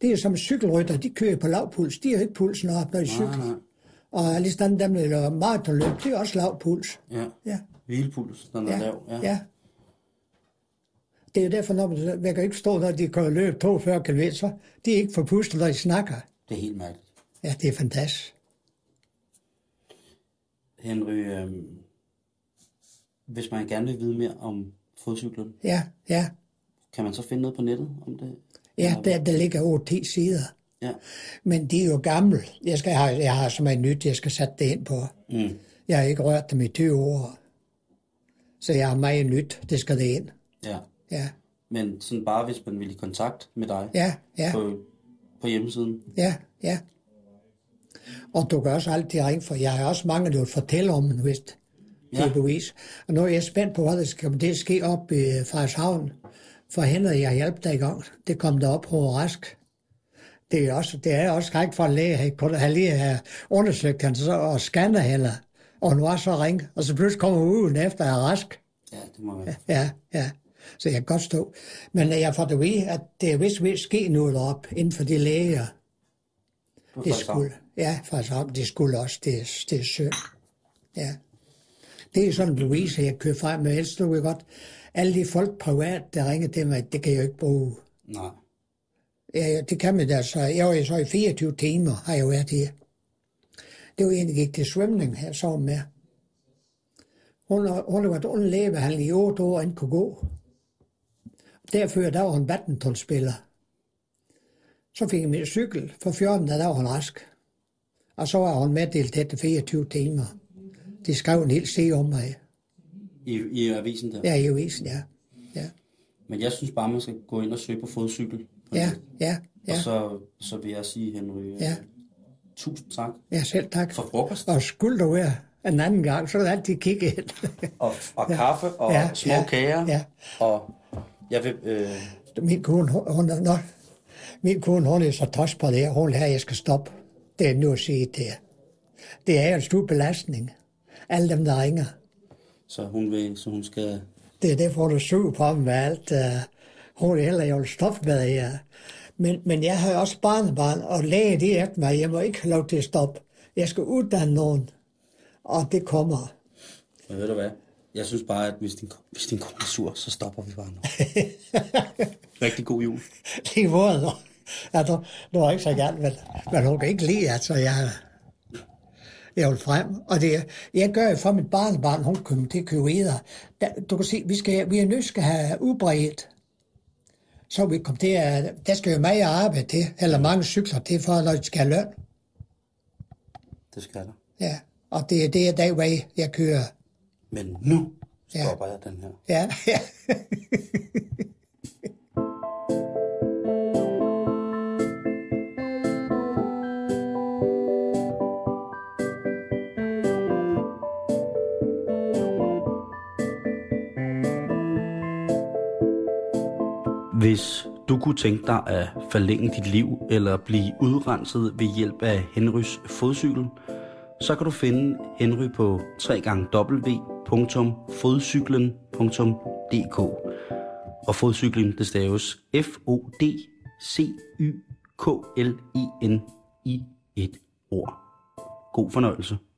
[SPEAKER 3] Det er jo som cykelrytter, de kører på lav puls. De har jo ikke pulsen op, når de cykler.
[SPEAKER 2] nej.
[SPEAKER 3] Og lige sådan dem, der løber maratonløb, det er også lav puls.
[SPEAKER 2] Ja.
[SPEAKER 3] Ja,
[SPEAKER 2] Hvilepuls, når den
[SPEAKER 3] ja,
[SPEAKER 2] er lav.
[SPEAKER 3] ja. ja. Det er jo derfor, når man, man kan ikke stå, når de kører løb 42 km, så de er ikke forpustet, når de snakker.
[SPEAKER 2] Det er helt mærkeligt.
[SPEAKER 3] Ja, det er fantastisk.
[SPEAKER 2] Henry, øhm, hvis man gerne vil vide mere om fodcyklen,
[SPEAKER 3] Ja, ja.
[SPEAKER 2] kan man så finde noget på nettet om det?
[SPEAKER 3] Ja, der, der ligger 8 sider.
[SPEAKER 2] Ja.
[SPEAKER 3] Men de er jo gamle. Jeg, skal have, jeg har simpelthen nyt, jeg skal sætte det ind på.
[SPEAKER 2] Mm.
[SPEAKER 3] Jeg har ikke rørt dem i 20 år. Så jeg har meget nyt, det skal det ind.
[SPEAKER 2] ja.
[SPEAKER 3] Ja,
[SPEAKER 2] Men sådan bare, hvis man vil i kontakt med dig
[SPEAKER 3] ja, ja,
[SPEAKER 2] på, på hjemmesiden.
[SPEAKER 3] ja, ja. Og du kan også altid ringe, for jeg har også mange, der vil fortælle om den, hvis det
[SPEAKER 2] Ja.
[SPEAKER 3] er bevis. Og nu er jeg spændt på, hvad der skal det ske op i Frederikshavn. For Henrik, jeg hjalp dig i gang. Det kom der op på rask. Det er, også, det er også skræk for en læge, han kunne have lige have undersøgt hans og scannet hende. Og hun var så ring, og så pludselig kommer ugen efter, at jeg er rask.
[SPEAKER 2] Ja, det må være. Ja.
[SPEAKER 3] Ja, ja. Så jeg kan godt stå. Men jeg får det ved, at det er vist vil ske noget op inden for de læger. Det skulle, ja, faktisk om, det skulle også, det, er- det er synd. Ja. Det er sådan en bevis, at jeg kører frem med helst, du kan godt. Alle de folk privat, der ringer til mig, det kan jeg jo ikke bruge.
[SPEAKER 2] Nej.
[SPEAKER 3] Ja, det kan man da så. Jeg var jo så i 24 timer, har jeg været her. Det var en, der gik til svømning her, så med. Hun, har- hun har været under lægebehandling i 8 år, inden kunne gå. Derfor, der var hun badmintonspiller. Så fik hun min cykel. For 14 dage, der var hun rask. Og så var hun meddelt det til 24 timer. Det skrev en hel side om mig.
[SPEAKER 2] I, I avisen der.
[SPEAKER 3] Ja, i avisen, ja. Ja,
[SPEAKER 2] Men jeg synes bare, man skal gå ind og søge på fodcykel. På
[SPEAKER 3] ja,
[SPEAKER 2] nettet.
[SPEAKER 3] ja.
[SPEAKER 2] Og
[SPEAKER 3] ja.
[SPEAKER 2] så, så vil jeg sige, Henry, øh,
[SPEAKER 3] Ja.
[SPEAKER 2] tusind tak
[SPEAKER 3] Ja, selv tak.
[SPEAKER 2] for frokost
[SPEAKER 3] Og skulle du være en anden gang, så vil jeg altid kigge ind.
[SPEAKER 2] og, og kaffe og
[SPEAKER 3] Ja,
[SPEAKER 2] små
[SPEAKER 3] ja,
[SPEAKER 2] kager.
[SPEAKER 3] ja.
[SPEAKER 2] Og jeg vil... Øh,
[SPEAKER 3] min kone, hun, hun, nå, min kone, hun er så tos på det her. Hun her, jeg skal stoppe. Det er nu at sige det. her. Det er en stor belastning. Alle dem, der ringer.
[SPEAKER 2] så, hun vil, så hun skal...
[SPEAKER 3] Det er derfor, du suger på dem med alt. øh, Hun er heller, jeg vil stoppe med det her. Men, men jeg har jo også barnebarn, og læge det efter mig. Jeg må ikke have lov til at stoppe. Jeg skal uddanne nogen. Og det kommer.
[SPEAKER 2] Og ved du hvad? Jeg synes bare, at hvis din, hvis din kone er sur, så stopper vi bare nu. Rigtig god jul.
[SPEAKER 3] i måde. Ja, du, du var ikke så galt, men, men hun kan ikke lide, altså jeg, jeg vil frem. Og det, jeg gør jo for mit barnebarn, hun kommer til at købe videre. Da, du kan se, vi, skal, vi er nødt skal have udbredt. Så vi kom til at, der skal jo meget arbejde til, eller mange cykler til, for når de skal have løn.
[SPEAKER 2] Det skal der.
[SPEAKER 3] Ja, og det er det, der vej, jeg kører.
[SPEAKER 2] Men nu
[SPEAKER 3] Ja.
[SPEAKER 2] stopper jeg den her.
[SPEAKER 3] Ja, ja.
[SPEAKER 2] Hvis du kunne tænke dig at forlænge dit liv eller blive udrenset ved hjælp af Henrys fodcykel, så kan du finde Henry på www.fodcyklen.dk Og fodcyklen, det staves E F-O-D-C-Y-K-L-E-N i et ord. God fornøjelse.